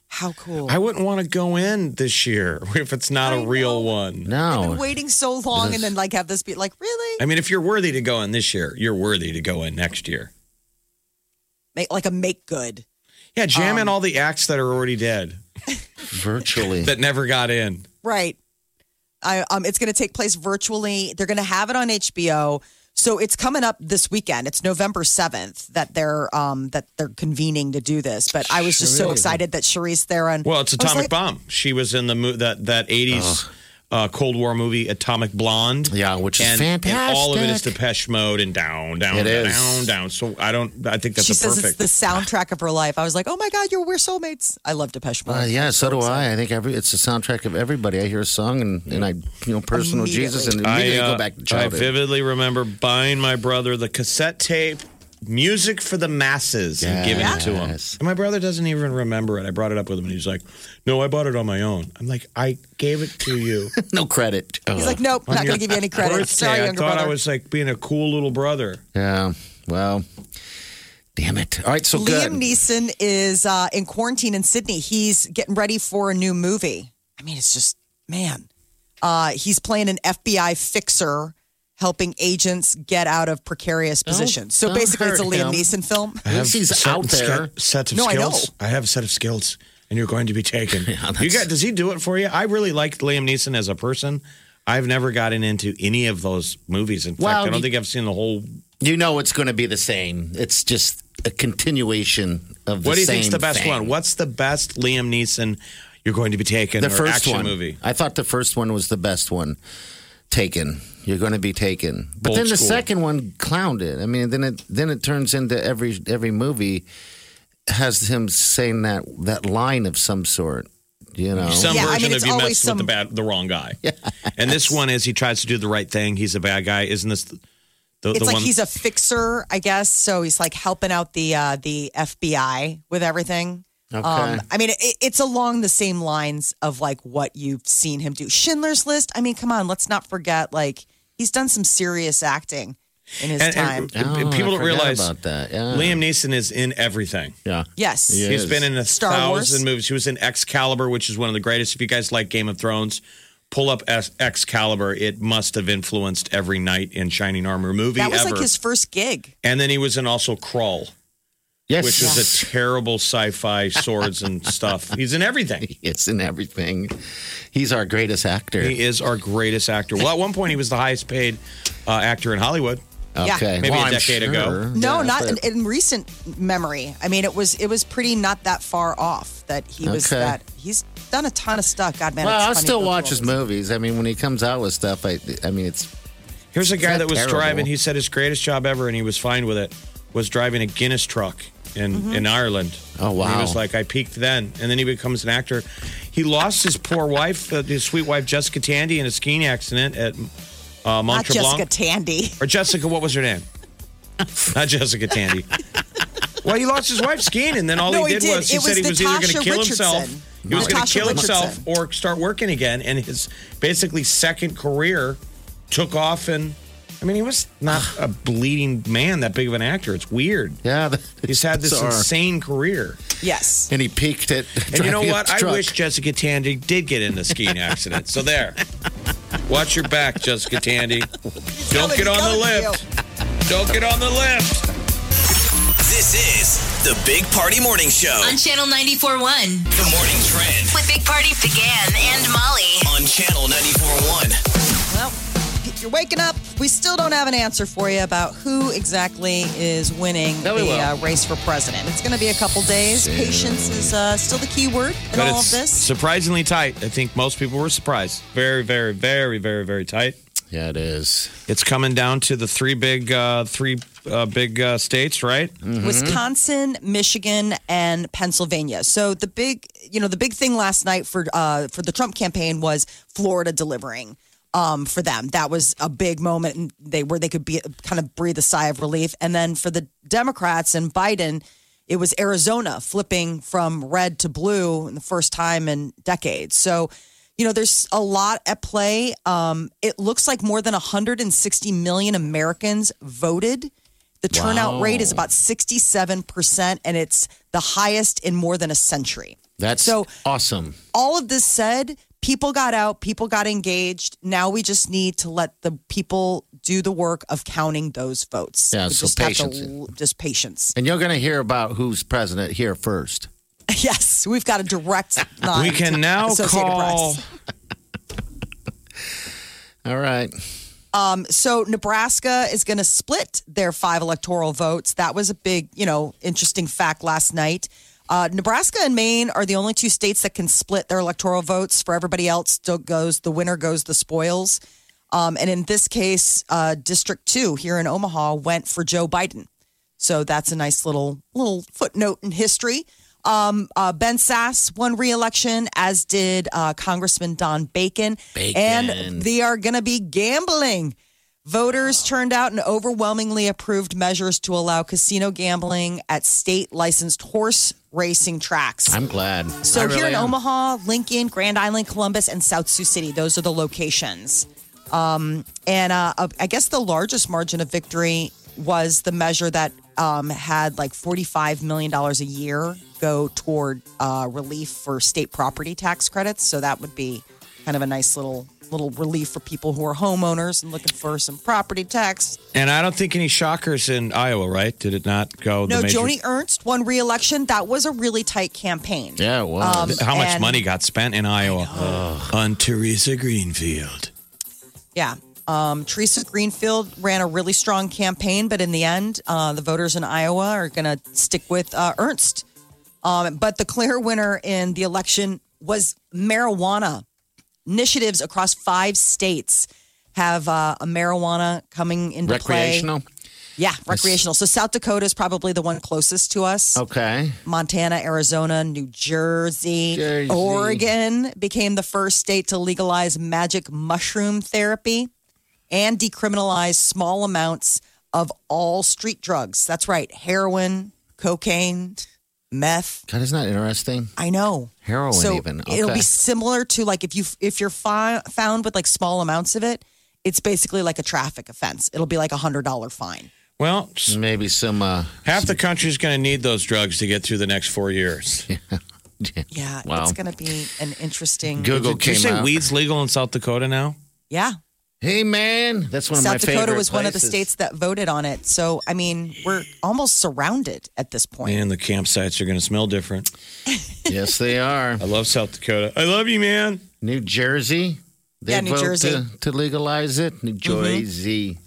Speaker 3: How cool.
Speaker 2: I wouldn't want to go in this year [LAUGHS] if it's not a real one. [LAUGHS]
Speaker 3: I've
Speaker 4: No.
Speaker 3: been waiting so long and then like have this be like, really?
Speaker 2: I mean, if you're worthy to go in this year, you're worthy to go in next year.
Speaker 3: Make, like a make good.
Speaker 2: Yeah, jam
Speaker 4: Um,
Speaker 2: in all the acts that are already dead
Speaker 4: Virtually.
Speaker 2: that never got in.
Speaker 3: Right. I, um, it's going to take place virtually. They're going to have it on HBO. So it's coming up this weekend. It's November seventh that they're um, that they're convening to do this. But I was just so excited that Charisse Theron.
Speaker 2: Well, it's
Speaker 3: I was
Speaker 2: Atomic
Speaker 3: like,
Speaker 2: Bomb. She was in the mo- that that '80s uh, Cold War movie Atomic Blonde.
Speaker 4: Uh-huh. Yeah, which is
Speaker 2: and, And all of it is
Speaker 4: fantastic.
Speaker 2: Depeche Mode and down, down,
Speaker 4: It
Speaker 2: down,
Speaker 4: is.
Speaker 2: down, So I don't. I think that's
Speaker 3: She
Speaker 2: a
Speaker 3: says
Speaker 2: perfect.
Speaker 3: it's the soundtrack of her life. I was like, oh my god, you're we're soulmates. I love Depeche Mode.
Speaker 4: Uh, yeah, so do I. I think every it's the soundtrack of everybody. I hear a song and, and I, you know, personal Jesus and immediately
Speaker 2: I, uh,
Speaker 4: go back to
Speaker 2: I
Speaker 4: childhood.
Speaker 2: vividly remember buying my brother the cassette tape, Music for the Masses, and giving it to him.
Speaker 4: Yes.
Speaker 2: And my brother doesn't even remember it. I brought it up with him, and he's like, "No, I bought it on my own." I'm like, "I gave it to you."
Speaker 4: [LAUGHS] no credit.
Speaker 3: He's like, nope,
Speaker 2: on
Speaker 3: not
Speaker 2: your
Speaker 3: going to give you any credit.
Speaker 2: birthday.
Speaker 3: Sorry,
Speaker 2: I
Speaker 3: younger
Speaker 2: thought
Speaker 3: brother.
Speaker 2: I was like being a cool little brother.
Speaker 4: Uh, yeah. Well, damn it. All right, so good.
Speaker 3: Liam Neeson is uh, in quarantine in Sydney. He's getting ready for a new movie. I mean, it's just man. Uh, he's playing an FBI fixer, helping agents get out of precarious positions. So
Speaker 4: don't
Speaker 3: basically, it's a
Speaker 4: hurt
Speaker 3: Liam
Speaker 4: him.
Speaker 3: Neeson
Speaker 4: [LAUGHS]
Speaker 3: film.
Speaker 4: At least he's
Speaker 2: set-
Speaker 4: out there.
Speaker 2: set- sets of
Speaker 3: No, I
Speaker 2: skills. I, have a set of skills, and you're going to
Speaker 4: [LAUGHS]
Speaker 2: be taken. you got? Does he do it for you? I really liked Liam Neeson as a person. I've never gotten into any of those movies. In fact,
Speaker 4: Well,
Speaker 2: I don't
Speaker 4: you-
Speaker 2: think I've seen the whole.
Speaker 4: You know it's going to be the same. It's just a continuation of the
Speaker 2: What do you
Speaker 4: same
Speaker 2: think's the best
Speaker 4: thing.
Speaker 2: one? What's the best Liam Neeson? You're going to be taken.
Speaker 4: the
Speaker 2: or
Speaker 4: first
Speaker 2: action
Speaker 4: one.
Speaker 2: movie.
Speaker 4: I thought the first one was the best one. Taken. You're going to be taken. But
Speaker 2: Old
Speaker 4: then the
Speaker 2: school.
Speaker 4: second one clowned it. I mean, then it then it turns into every every movie has him saying that that line of some sort. You know,
Speaker 2: Some
Speaker 3: Yeah, I
Speaker 2: version
Speaker 3: mean,
Speaker 2: of
Speaker 3: it's
Speaker 2: you
Speaker 3: always
Speaker 2: messed with the
Speaker 3: some-
Speaker 2: bad, the
Speaker 4: [LAUGHS]
Speaker 2: wrong guy. And this one is he tries to do the right thing. He's a bad guy. Isn't this the, the,
Speaker 3: It's
Speaker 2: the
Speaker 3: like
Speaker 2: one?
Speaker 3: he's a fixer, I guess. So he's like helping out the uh, the FBI with everything. Um,
Speaker 4: Okay.
Speaker 3: I mean, it, it's along the same lines of like what you've seen him do. Schindler's List. I mean, come on, let's not forget. Like he's done some serious acting in his
Speaker 2: and,
Speaker 3: time.
Speaker 2: and-
Speaker 4: Oh,
Speaker 2: and people
Speaker 4: I
Speaker 2: don't
Speaker 4: forgot
Speaker 2: realize
Speaker 4: about that. Yeah.
Speaker 2: Liam Neeson is in everything.
Speaker 4: Yeah.
Speaker 3: yes.
Speaker 4: Yeah. Uh-huh.
Speaker 2: He's
Speaker 4: is.
Speaker 2: been in a
Speaker 3: Star
Speaker 2: thousand
Speaker 3: Wars.
Speaker 2: movies. He was in Excalibur, which is one of the greatest. If you guys like Game of Thrones, pull up Ex- Excalibur. It must have influenced every knight in shining armor movie
Speaker 3: That was
Speaker 2: ever.
Speaker 3: like his first gig.
Speaker 2: and then he was in also Crawl,
Speaker 4: Yes.
Speaker 2: which is a terrible
Speaker 3: [LAUGHS]
Speaker 2: sci-fi swords and stuff. He's in everything.
Speaker 4: it's in everything. He's our greatest actor.
Speaker 2: He is our greatest actor. Well, at one point he was the highest paid uh, actor in Hollywood.
Speaker 3: Yeah.
Speaker 4: okay.
Speaker 2: Maybe
Speaker 4: Well,
Speaker 2: a
Speaker 4: I'm
Speaker 2: decade
Speaker 4: sure.
Speaker 2: ago.
Speaker 3: No,
Speaker 4: Yeah,
Speaker 3: not
Speaker 4: but-
Speaker 3: in, in recent memory. I mean, it was it was pretty not that far off that he was
Speaker 4: Okay.
Speaker 3: that he's done a ton of stuff. God man, it's
Speaker 4: Well, I
Speaker 3: funny
Speaker 4: still
Speaker 3: for
Speaker 4: watch his
Speaker 3: movies.
Speaker 4: movies. I mean, when he comes out with stuff, I, I mean, it's
Speaker 2: Here's a guy
Speaker 4: Isn't that
Speaker 2: that was
Speaker 4: terrible?
Speaker 2: driving. He said his greatest job ever, and he was fine with it. Was driving a Guinness truck in
Speaker 3: Mm-hmm.
Speaker 2: in Ireland.
Speaker 4: Oh,
Speaker 2: And he
Speaker 4: wow.
Speaker 2: was like, I peaked then, and then he becomes an actor. He lost his poor wife, uh, his sweet wife Jessica Tandy, in a skiing accident at uh, Mont
Speaker 3: Not
Speaker 2: Treblanc.
Speaker 3: Jessica Tandy. [LAUGHS]
Speaker 2: or Jessica, what was her name? Not Jessica Tandy. well, he lost his wife skiing, and then all
Speaker 3: No,
Speaker 2: he
Speaker 3: he
Speaker 2: did
Speaker 3: did.
Speaker 2: was he
Speaker 3: It
Speaker 2: said
Speaker 3: was
Speaker 2: he was either going to
Speaker 3: Natasha
Speaker 2: kill
Speaker 3: Richardson.
Speaker 2: himself, he was going to
Speaker 3: Natasha
Speaker 2: kill himself,
Speaker 3: Richardson.
Speaker 2: or start working again. And his basically second career took off, and I mean, he was not a bleeding man, that big of an actor. It's weird.
Speaker 4: yeah. [LAUGHS]
Speaker 2: He's had this
Speaker 4: bizarre.
Speaker 2: insane career.
Speaker 3: Yes.
Speaker 4: and he peaked it.
Speaker 2: And you know what? I wish Jessica Tandy did get in a skiing accident. So there. Watch your back, Jessica
Speaker 3: [LAUGHS]
Speaker 2: Tandy. Don't get on the
Speaker 3: coming to
Speaker 2: lift. Don't get on the lift.
Speaker 5: This is the Big Party Morning Show.
Speaker 1: On Channel 94.1
Speaker 5: The morning trend
Speaker 1: with Big Party began and Molly.
Speaker 5: on Channel 94.1.
Speaker 3: Well, you're waking up. We still don't have an answer for you about who exactly is winning
Speaker 4: No, we
Speaker 3: the
Speaker 4: will.
Speaker 3: uh, race for president. It's going to be a couple days. Patience is uh, still the key word in
Speaker 2: But
Speaker 3: all
Speaker 2: it's
Speaker 3: of this.
Speaker 2: surprisingly tight. I think most people were surprised. Very, very, very, very, very tight.
Speaker 4: Yeah, it is.
Speaker 2: It's coming down to the three big, uh, three uh, big uh, states, right?
Speaker 3: Wisconsin, Michigan, and Pennsylvania. So the big, you know, the big thing last night for uh, for the Trump campaign was Florida delivering um, for them. That was a big moment, and they where they could be kind of breathe a sigh of relief. And then for the Democrats and Biden, it was Arizona flipping from red to blue in the first time in decades. So. You know, there's a lot at play. Um, it looks like more than 160 million Americans voted. The turnout rate is about 67%, and it's the highest in more than a century.
Speaker 4: That's
Speaker 3: So-
Speaker 4: awesome.
Speaker 3: all of this said, people got out, people got engaged. Now we just need to let the people do the work of counting those votes.
Speaker 4: Yeah,
Speaker 3: We
Speaker 4: so
Speaker 3: just have to
Speaker 4: patience.
Speaker 3: l- just patience. [LAUGHS]
Speaker 4: And you're going to hear about who's president here first.
Speaker 3: Yes, we've got a direct. line
Speaker 2: We can
Speaker 3: to
Speaker 2: now
Speaker 3: Associated
Speaker 2: call.
Speaker 3: Press.
Speaker 4: All right.
Speaker 3: Um, so Nebraska is going to split their five electoral votes. That was a big, you know, interesting fact last night. Uh, Nebraska and Maine are the only two states that can split their electoral votes. For everybody else, still goes the winner goes the spoils. Um, and in this case, uh, District Two here in Omaha went for Joe Biden. So that's a nice little little footnote in history. Um, uh, ben Sass won re-election, as did uh, Congressman Don Bacon.
Speaker 4: Bacon.
Speaker 3: And they are going to be gambling. Voters turned out and overwhelmingly approved measures to allow casino gambling at state licensed horse racing tracks.
Speaker 4: I'm glad.
Speaker 3: so
Speaker 4: I really
Speaker 3: here in
Speaker 4: am.
Speaker 3: Omaha, Lincoln, Grand Island, Columbus, and South Sioux City, those are the locations. Um, and uh, I guess the largest margin of victory was the measure that um, had like $45 million a year go toward uh, relief for state property tax credits. So that would be kind of a nice little little relief for people who are homeowners and looking for some property tax
Speaker 2: And I don't think any shockers in Iowa, right? Did it not go?
Speaker 3: No,
Speaker 2: the major-
Speaker 3: Joni Ernst won re-election. That was a really tight campaign.
Speaker 4: Yeah, it was.
Speaker 3: Um,
Speaker 2: How much
Speaker 3: and-
Speaker 2: money got spent in Iowa on Teresa Greenfield?
Speaker 3: Yeah. Um, Teresa Greenfield ran a really strong campaign, but in the end, uh, the voters in Iowa are going to stick with uh, Ernst. Um, but the clear winner in the election was marijuana. Initiatives across five states have uh, a marijuana coming into
Speaker 4: Recreational.
Speaker 3: play. Yeah, recreational. So South Dakota is probably the one closest to us.
Speaker 4: Okay.
Speaker 3: Montana, Arizona, New Jersey,
Speaker 4: Jersey.
Speaker 3: Oregon became the first state to legalize magic mushroom therapy and decriminalize small amounts of all street drugs. That's right, heroin, cocaine, meth.
Speaker 4: God, isn't that interesting?
Speaker 3: I know.
Speaker 4: Heroin
Speaker 3: so
Speaker 4: even.
Speaker 3: It'll
Speaker 4: Okay.
Speaker 3: be similar to like if you if you're fi- found with like small amounts of it, it's basically like a traffic offense. It'll be like a $100 fine.
Speaker 2: Well,
Speaker 4: Maybe some. Uh,
Speaker 2: half the country's going to need those drugs to get through the next four years.
Speaker 3: Yeah,
Speaker 4: Wow.
Speaker 3: it's going to be an interesting
Speaker 4: Google
Speaker 2: Did you
Speaker 4: came
Speaker 2: say
Speaker 4: out.
Speaker 2: weed's legal in South Dakota now?
Speaker 3: Yeah.
Speaker 4: Hey man, that's one
Speaker 3: South
Speaker 4: of my favorite
Speaker 3: Dakota was one of the
Speaker 4: places.
Speaker 3: states that voted on it. So, I mean, we're almost surrounded at this point.
Speaker 2: Man, the campsites are going to smell different.
Speaker 4: Yes,
Speaker 3: [LAUGHS]
Speaker 4: they are.
Speaker 2: I love South Dakota. I love you, man.
Speaker 4: New Jersey. They
Speaker 3: Yeah, New
Speaker 4: vote
Speaker 3: Jersey. Mm-hmm.
Speaker 4: To, to legalize it. New Jersey.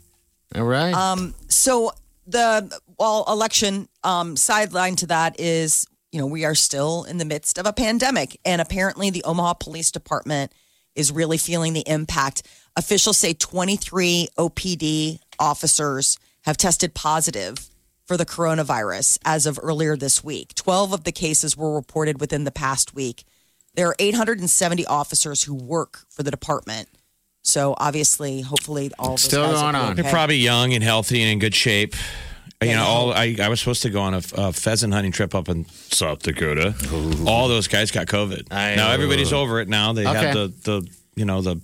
Speaker 4: All right.
Speaker 3: Um, so, the well, election um, sideline to that is, you know, we are still in the midst of a pandemic. And apparently, the Omaha Police Department is really feeling the impact. Officials say 23 OPD officers have tested positive for the coronavirus as of earlier this week. 12 of the cases were reported within the past week. There are 870 officers who work for the department. So obviously, hopefully, all
Speaker 4: It's
Speaker 3: those
Speaker 4: still
Speaker 3: guys will
Speaker 4: going
Speaker 3: be
Speaker 4: on.
Speaker 3: okay.
Speaker 2: They're probably young and healthy and in good shape. You know, all I, I was supposed to go on a, a pheasant hunting trip up in South Dakota. All those guys got COVID.
Speaker 4: I
Speaker 2: now
Speaker 4: know.
Speaker 2: everybody's over it. Now they
Speaker 4: Okay.
Speaker 2: had the the you know the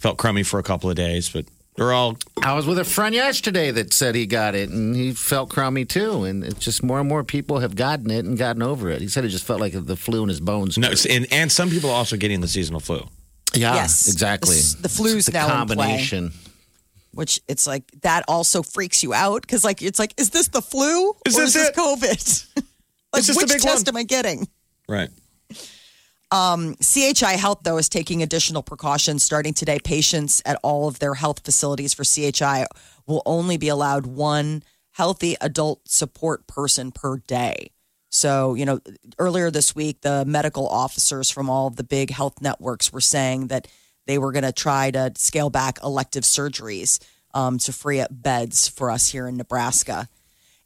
Speaker 2: felt crummy for a couple of days, but they're all
Speaker 4: I was with a friend yesterday that said he got it, and he felt crummy too. And it's just more and more people have gotten it and gotten over it. He said it just felt like the flu in his bones.
Speaker 2: no. And, and some people are also getting the seasonal flu.
Speaker 4: Yeah,
Speaker 3: Yes.
Speaker 4: exactly.
Speaker 3: The s- the flu's
Speaker 4: It's the
Speaker 3: now in play.
Speaker 4: combination.
Speaker 3: which it's like that also freaks you out because like it's like is this the flu
Speaker 2: Is
Speaker 3: or
Speaker 2: this
Speaker 3: is this
Speaker 2: it?
Speaker 3: COVID? [LAUGHS] like
Speaker 2: Is this the
Speaker 3: which
Speaker 2: big
Speaker 3: test
Speaker 2: one?
Speaker 3: am I getting?
Speaker 2: Right.
Speaker 3: CHI Health though is taking additional precautions starting today. Patients at all of their health facilities for CHI will only be allowed one healthy adult support person per day. So, you know, earlier this week, the medical officers from all of the big health networks were saying that they were going to try to scale back elective surgeries um, to free up beds for us here in Nebraska.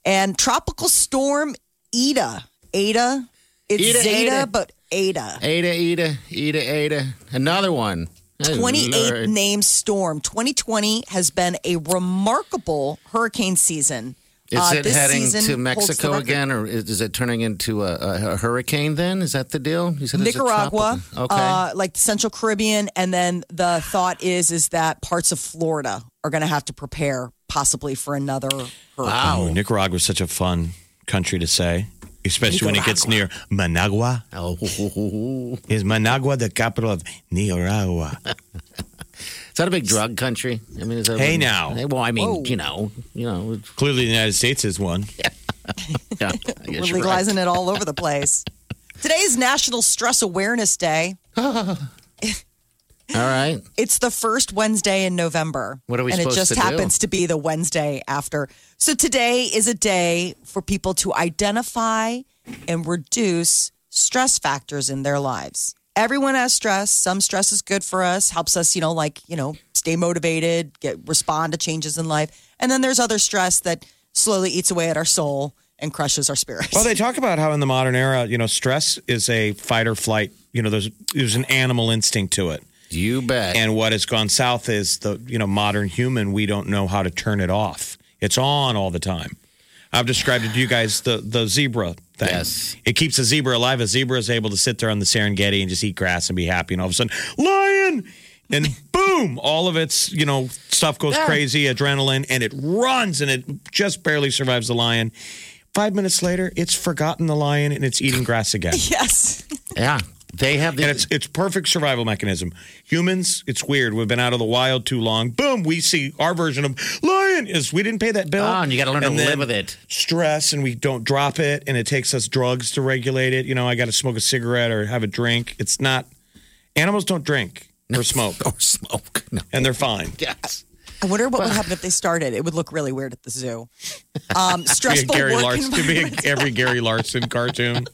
Speaker 3: And Tropical Storm Ida, Ada, it's
Speaker 4: Ida,
Speaker 3: Zeta,
Speaker 4: Ida.
Speaker 3: but Ada.
Speaker 4: Ada, Ada, Ada, Ada. Another one. Hey,
Speaker 3: 28
Speaker 4: Lord.
Speaker 3: name storm. 2020 has been a remarkable hurricane season.
Speaker 4: Is
Speaker 3: Uh,
Speaker 4: it
Speaker 3: this
Speaker 4: heading
Speaker 3: season
Speaker 4: to
Speaker 3: holds the
Speaker 4: Mexico
Speaker 3: record.
Speaker 4: again, or is, is it turning into a, a, a hurricane? Then is that the deal? You said it's a
Speaker 3: Nicaragua,
Speaker 4: tropical- Okay.
Speaker 3: uh, like the Central Caribbean, and then the thought is is that parts of Florida are going to have to
Speaker 4: Ah,
Speaker 2: Oh.
Speaker 4: Oh.
Speaker 3: prepare possibly for another hurricane.
Speaker 2: Nicaragua is such a fun country to say. especially when it gets near Managua.
Speaker 4: Oh,
Speaker 2: Is Managua the capital of
Speaker 4: [LAUGHS]
Speaker 2: Nicaragua?
Speaker 4: is that a big drug country? I mean, is that
Speaker 2: Hey, now.
Speaker 4: Well, I mean,
Speaker 3: Whoa.
Speaker 4: you know, you know, [LAUGHS] it's-
Speaker 2: Clearly, the United States is one.
Speaker 4: yeah. I guess
Speaker 3: We're
Speaker 4: you're right.
Speaker 3: legalizing it all over
Speaker 4: [LAUGHS]
Speaker 3: the place. Today's National Stress Awareness Day.
Speaker 4: All right.
Speaker 3: It's the first Wednesday in November.
Speaker 4: What are we
Speaker 3: And it
Speaker 4: supposed
Speaker 3: just
Speaker 4: to do?
Speaker 3: happens to be the Wednesday after. So today is a day for people to identify and reduce stress factors in their lives. Everyone has stress. Some stress is good for us, helps us, you know, like, you know, stay motivated, get respond to changes in life. And then there's other stress that slowly eats away at our soul and crushes our spirits.
Speaker 2: Well, they talk about how in the modern era, you know, stress is a fight or flight. You know, there's there's an animal instinct to it,
Speaker 4: You bet.
Speaker 2: and what has gone south is the you know modern human. We don't know how to turn it off. It's on all the time. I've described it to you guys the the zebra thing.
Speaker 4: Yes.
Speaker 2: it keeps a zebra alive. A zebra is able to sit there on the Serengeti and just eat grass and be happy, and all of a sudden, lion. And [LAUGHS] boom, all of its, you know, stuff goes crazy, adrenaline, and it runs and it just barely survives the lion. Five minutes later, it's forgotten the lion and it's eating grass again.
Speaker 3: [LAUGHS] yes.
Speaker 4: yeah. They have
Speaker 2: And
Speaker 4: the
Speaker 2: it's it's perfect survival mechanism. Humans, it's weird. We've been out of the wild too long. Boom, we see our version of lion is we didn't pay that bill.
Speaker 4: Oh, and you gotta learn to
Speaker 2: And
Speaker 4: live
Speaker 2: then
Speaker 4: with it.
Speaker 2: Stress and we don't drop it and it takes us drugs to regulate it. You know, I gotta smoke a cigarette or have a drink. It's not animals don't drink or Oh, smoke.
Speaker 4: [LAUGHS]
Speaker 2: [LAUGHS]
Speaker 4: or smoke. No.
Speaker 2: and they're fine.
Speaker 4: Yes.
Speaker 3: I wonder what would happen if they started. It would look really weird at the zoo.
Speaker 4: [LAUGHS]
Speaker 3: Um,
Speaker 2: Be a
Speaker 3: stressful
Speaker 2: Gary
Speaker 3: work
Speaker 2: Larson to be a,
Speaker 3: environment.
Speaker 2: every Gary Larson cartoon.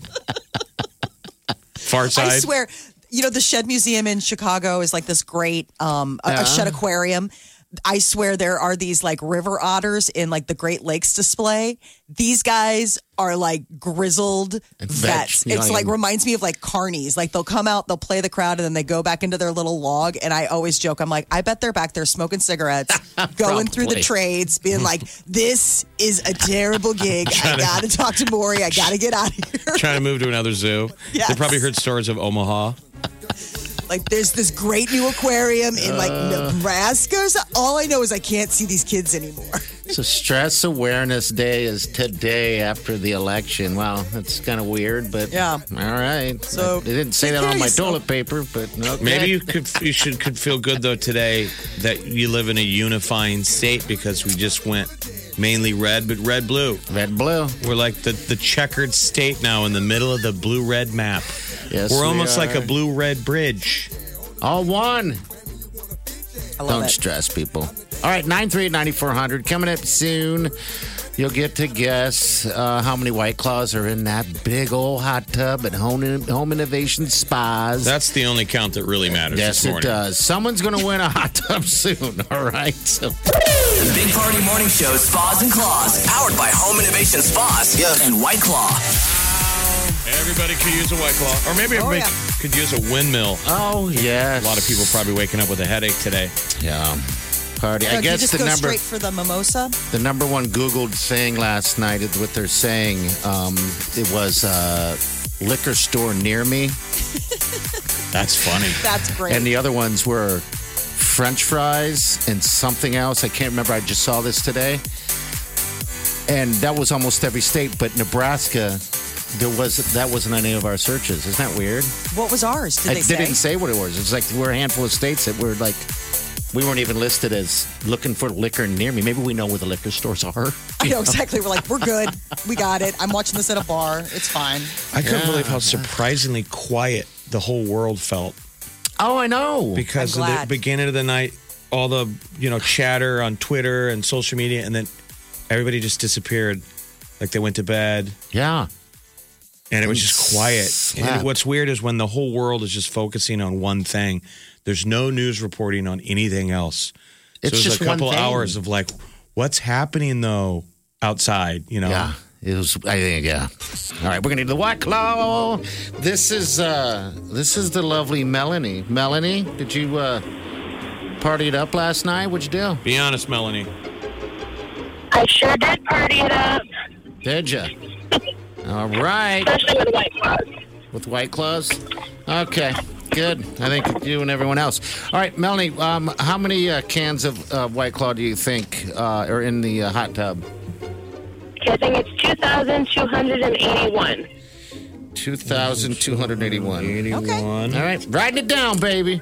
Speaker 3: [LAUGHS]
Speaker 2: Far side.
Speaker 3: I swear, you know, the Shed Museum in Chicago is like this great, um, a, a shed aquarium. I swear there are these like river otters in like the Great Lakes display. These guys are like grizzled
Speaker 4: veg-
Speaker 3: vets.
Speaker 4: yeah,
Speaker 3: It's like
Speaker 4: yeah.
Speaker 3: reminds me of like carnies. Like they'll come out, they'll play the crowd, and then they go back into their little log. And I always joke, I'm like, I bet they're back there
Speaker 4: [LAUGHS]
Speaker 3: smoking cigarettes, going through
Speaker 4: Probably.
Speaker 3: the trades, being like, this is a
Speaker 4: [LAUGHS]
Speaker 3: terrible gig. I gotta talk to Maury. I gotta get out of here.
Speaker 2: Trying to move to another zoo.
Speaker 3: Yes.
Speaker 2: They probably heard stories of Omaha.
Speaker 3: Like there's this great new aquarium in like Nebraska. Or something. All I know is I can't see these kids anymore.
Speaker 4: So Stress Awareness Day is today after the election. Wow, that's kind of weird, but
Speaker 3: Yeah.
Speaker 4: All right.
Speaker 3: So,
Speaker 4: they didn't say
Speaker 3: take
Speaker 4: that
Speaker 3: care
Speaker 4: on
Speaker 3: of
Speaker 4: my
Speaker 3: yourself.
Speaker 4: toilet paper, but okay.
Speaker 2: Maybe you could you should could feel good though today that you live in a unifying state because we just went mainly red but red blue.
Speaker 4: red blue.
Speaker 2: We're like the, the checkered state now in the middle of the blue red map.
Speaker 4: Yes,
Speaker 2: We're
Speaker 4: we
Speaker 2: almost like a
Speaker 4: are.
Speaker 2: blue red bridge.
Speaker 4: All one.
Speaker 3: I love
Speaker 4: Don't
Speaker 3: it.
Speaker 4: stress people. All right, 938-9400. Coming up soon, you'll get to guess uh, how many White Claws are in that big old hot tub at Home, home Innovation Spas.
Speaker 2: That's the only count that really matters
Speaker 4: yes,
Speaker 2: this
Speaker 4: it uh,
Speaker 2: morning.
Speaker 4: does. Someone's going to win a hot [LAUGHS] tub soon. All right, so...
Speaker 5: The Big Party Morning Show Spas and Claws, powered by Home Innovation Spas and White Claw.
Speaker 2: Everybody could use a white claw. Or maybe everybody could use a windmill.
Speaker 4: Oh, yes.
Speaker 2: A lot of people probably waking up with a headache today.
Speaker 4: Yeah. Party.
Speaker 3: So
Speaker 4: I
Speaker 3: do you
Speaker 4: guess
Speaker 3: just
Speaker 4: the
Speaker 3: go
Speaker 4: number
Speaker 3: straight for the mimosa.
Speaker 4: the number one Googled thing last night is what they're saying. Um, it was uh, liquor store near me,
Speaker 2: That's funny.
Speaker 3: That's great.
Speaker 4: and the other ones were French fries and something else. I can't remember. I just saw this today, and that was almost every state, but Nebraska. There was that wasn't any of our searches. Isn't that weird?
Speaker 3: what was ours? Did
Speaker 4: I
Speaker 3: they
Speaker 4: they
Speaker 3: say?
Speaker 4: didn't say what it was. It's like we're a handful of states that were like we weren't even listed as looking for liquor near me. Maybe we know where the liquor stores are.
Speaker 3: [LAUGHS] I know exactly. We're like, we're good. We got it. I'm watching this at a bar. It's fine.
Speaker 2: I couldn't believe how surprisingly quiet the whole world felt.
Speaker 4: Oh, I know.
Speaker 2: because
Speaker 3: I'm
Speaker 2: of the
Speaker 3: glad.
Speaker 2: beginning of the night, all the you know chatter on Twitter and social media, and then everybody just disappeared, like they went to bed,
Speaker 4: yeah.
Speaker 2: and it was just quiet.
Speaker 4: Slap.
Speaker 2: And what's weird is when the whole world is just focusing on one thing. There's no news reporting on anything else. So
Speaker 4: It's
Speaker 2: it was
Speaker 4: just
Speaker 2: a
Speaker 4: one
Speaker 2: couple
Speaker 4: thing.
Speaker 2: hours of like, what's happening though outside? You know,
Speaker 4: Yeah. It was I think yeah. All right, we're gonna do the white claw. This is uh this is the lovely Melanie. Melanie, did you uh party it up last night? What'd you do?
Speaker 2: be honest, Melanie.
Speaker 6: I sure did party it up,
Speaker 4: Did ya? All right.
Speaker 6: especially with white claws.
Speaker 4: With white claws? Okay. Good. I think you and everyone else. All right, Melanie, um, how many uh, cans of uh, White Claw do you think uh, are in the uh, hot tub?
Speaker 6: Okay, I think it's 2,281.
Speaker 4: 2,281.
Speaker 2: 81.
Speaker 4: All right, writing it down, baby.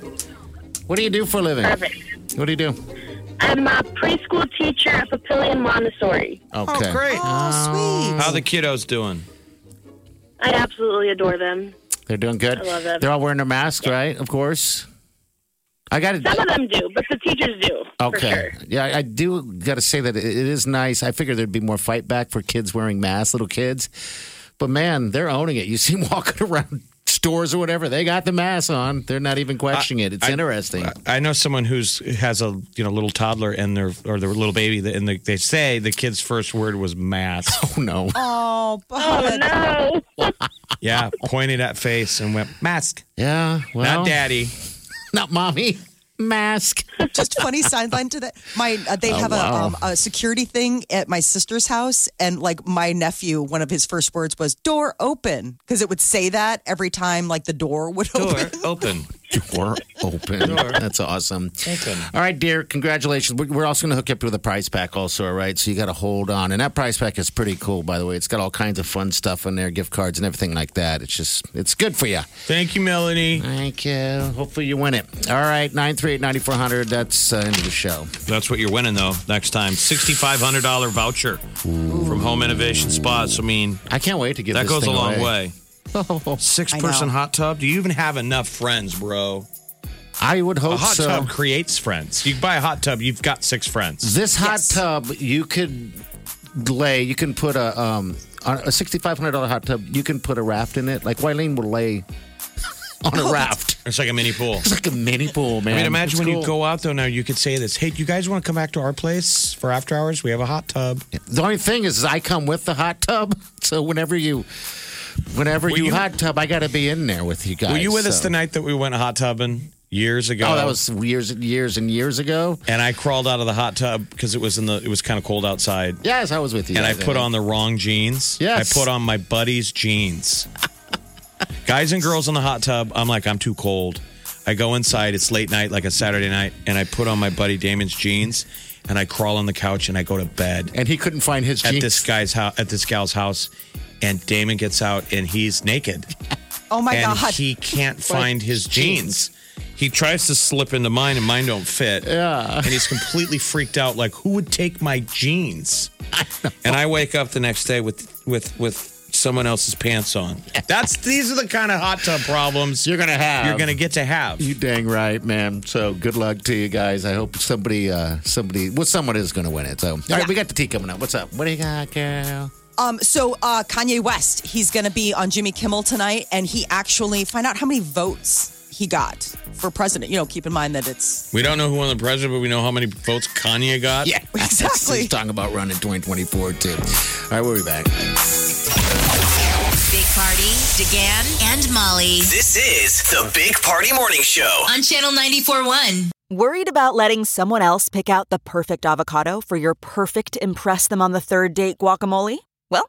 Speaker 4: What do you do for a living?
Speaker 6: Perfect.
Speaker 4: What do you do?
Speaker 6: I'm a preschool teacher at Papillion Montessori.
Speaker 4: Okay.
Speaker 2: Oh, great.
Speaker 3: Oh,
Speaker 2: How the kiddos doing?
Speaker 6: I absolutely adore them.
Speaker 4: They're doing good.
Speaker 6: I love it.
Speaker 4: They're all wearing their masks, right? Of course. I got
Speaker 6: Some
Speaker 4: to.
Speaker 6: of them do, but the teachers do. for
Speaker 4: Okay.
Speaker 6: sure.
Speaker 4: Yeah, I- I do got to say that it it is nice. I figured there'd be more fight back for kids wearing masks, little kids. But man, they're owning it. You see 'em [LAUGHS] walking around stores or whatever, they got the mask on. They're not even questioning it. It's
Speaker 2: I-
Speaker 4: interesting.
Speaker 2: I know someone who's has a you know little toddler and their or their little baby and they, they say the kid's first word was mask.
Speaker 4: [LAUGHS] oh, no.
Speaker 3: oh,
Speaker 6: Oh,
Speaker 3: but
Speaker 6: no.
Speaker 2: yeah, pointed at face and went mask,
Speaker 4: Yeah. Well,
Speaker 2: not daddy.
Speaker 4: Not mommy. Mask.
Speaker 3: just funny sideline to that. My uh, they have a,
Speaker 4: Oh, wow.
Speaker 3: um, a security thing at my sister's house, and like my nephew, one of his first words was "door open" because it would say that every time like the door would
Speaker 2: Door
Speaker 3: open.
Speaker 2: open.
Speaker 4: Door open. That's awesome.
Speaker 2: Open.
Speaker 4: All right, dear. Congratulations. We- We're also going to hook you up with a prize pack, also. All right. So you got to hold on. And that prize pack is pretty cool, by the way. It's got all kinds of fun stuff in there, gift cards and everything like that. It's just, it's good for you.
Speaker 2: Thank you, Melanie.
Speaker 4: Thank you. Hopefully you win it. All right. 938 9400. That's uh, end of the show.
Speaker 2: That's what you're winning though. Next time, sixty five hundred dollar voucher from Home Innovation Spas. I mean,
Speaker 4: I can't wait to give
Speaker 2: that
Speaker 4: this
Speaker 2: goes a
Speaker 4: thing
Speaker 2: long
Speaker 4: away.
Speaker 2: way.
Speaker 4: [LAUGHS]
Speaker 2: Six person hot tub. Do you even have enough friends, bro?
Speaker 4: I would hope
Speaker 2: A hot
Speaker 4: so.
Speaker 2: tub creates friends. You buy a hot tub, you've got six friends.
Speaker 4: This hot tub, you could lay, you can put a um on a sixty five hundred dollar hot tub. You can put a raft in it. Like Wileen will lay on a raft.
Speaker 2: It's like a mini pool.
Speaker 4: [LAUGHS] It's like a mini pool, man.
Speaker 2: I mean,
Speaker 4: It's
Speaker 2: imagine when you
Speaker 4: cool.
Speaker 2: go out though. Now you could say this: Hey, do you guys want to come back to our place for after hours? We have a hot tub.
Speaker 4: The only thing is, I come with the hot tub, [LAUGHS] so whenever you, whenever
Speaker 2: Were
Speaker 4: you,
Speaker 2: you-
Speaker 4: hot tub, I got to be in there with you guys.
Speaker 2: Were you with us
Speaker 4: so-
Speaker 2: the night that we went hot tubbing years ago?
Speaker 4: Oh, that was years and years and years ago.
Speaker 2: And I crawled out of the hot tub because it was in the. It was kind of cold outside,
Speaker 4: Yes, I was with you.
Speaker 2: and I
Speaker 4: guys,
Speaker 2: put on the wrong jeans.
Speaker 4: Yes.
Speaker 2: I put on my buddy's jeans. guys and girls in the hot tub. I'm like, I'm too cold. I go inside. It's late night, like a Saturday night, and I put on my buddy Damon's jeans, and I crawl on the couch and I go to bed.
Speaker 4: and he couldn't find his
Speaker 2: at
Speaker 4: jeans.
Speaker 2: this guy's house at this gal's house and Damon gets out and he's naked
Speaker 3: Oh my
Speaker 2: and
Speaker 3: god!
Speaker 2: he can't
Speaker 4: [LAUGHS]
Speaker 2: find his jeans. He tries to slip into mine and mine don't fit. Yeah. And he's completely freaked out like who would take my
Speaker 4: [LAUGHS]
Speaker 2: jeans? and I wake up the next day with with with someone else's pants on. That's these are the kind of hot tub problems
Speaker 4: You're gonna have.
Speaker 2: you're going to get to have.
Speaker 4: You dang right, man. So good luck to you guys. I hope somebody, uh somebody, well, someone is going to win it. So, all right, we got the tea coming up. What's up? What do you got, girl?
Speaker 3: Um, so uh, Kanye West, he's going to be on Jimmy Kimmel tonight, and he actually find out how many votes he got for president. You know, keep in mind that it's
Speaker 2: we don't know who won the president, but we know how many votes Kanye got.
Speaker 4: [LAUGHS]
Speaker 3: exactly.
Speaker 4: He's talking about running 2024 too. All right, we'll be back.
Speaker 1: Big Party, DeGan, and Molly
Speaker 5: This is the Big Party Morning Show.
Speaker 1: on Channel 94.1.
Speaker 7: Worried about letting someone else pick out the perfect avocado for your perfect Impress Them on the Third Date guacamole? Well,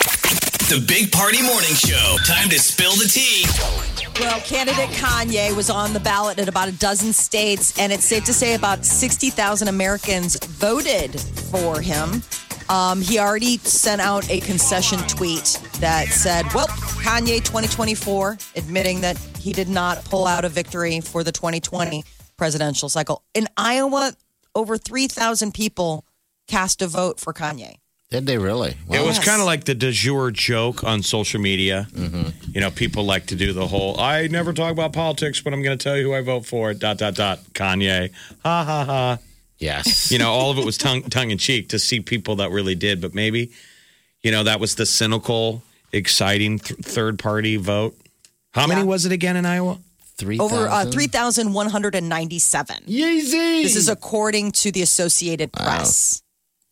Speaker 5: The Big Party Morning Show. Time to spill the tea.
Speaker 3: Well, candidate Kanye was on the ballot in about a dozen states, and it's safe to say about 60,000 Americans voted for him. Um, he already sent out a concession tweet that said, Well, Kanye 2024, admitting that he did not pull out a victory for the 2020 presidential cycle. In Iowa, over 3,000 people cast a vote for Kanye.
Speaker 4: Did they really? Wow.
Speaker 2: It was
Speaker 3: Yes.
Speaker 2: kind of like the de jour joke on social media. You know, people like to do the whole "I never talk about politics, but I'm going to tell you who I vote for." Dot dot dot. Kanye. Ha ha ha.
Speaker 4: [LAUGHS] yes.
Speaker 2: You know, all of it was tongue [LAUGHS] tongue in cheek to see people that really did, but maybe, you know, that was the cynical, exciting th- third party vote. How many was it again in Iowa?
Speaker 4: three
Speaker 3: Over uh, 3,197.
Speaker 4: Yeezy.
Speaker 3: This is according to the Associated Press.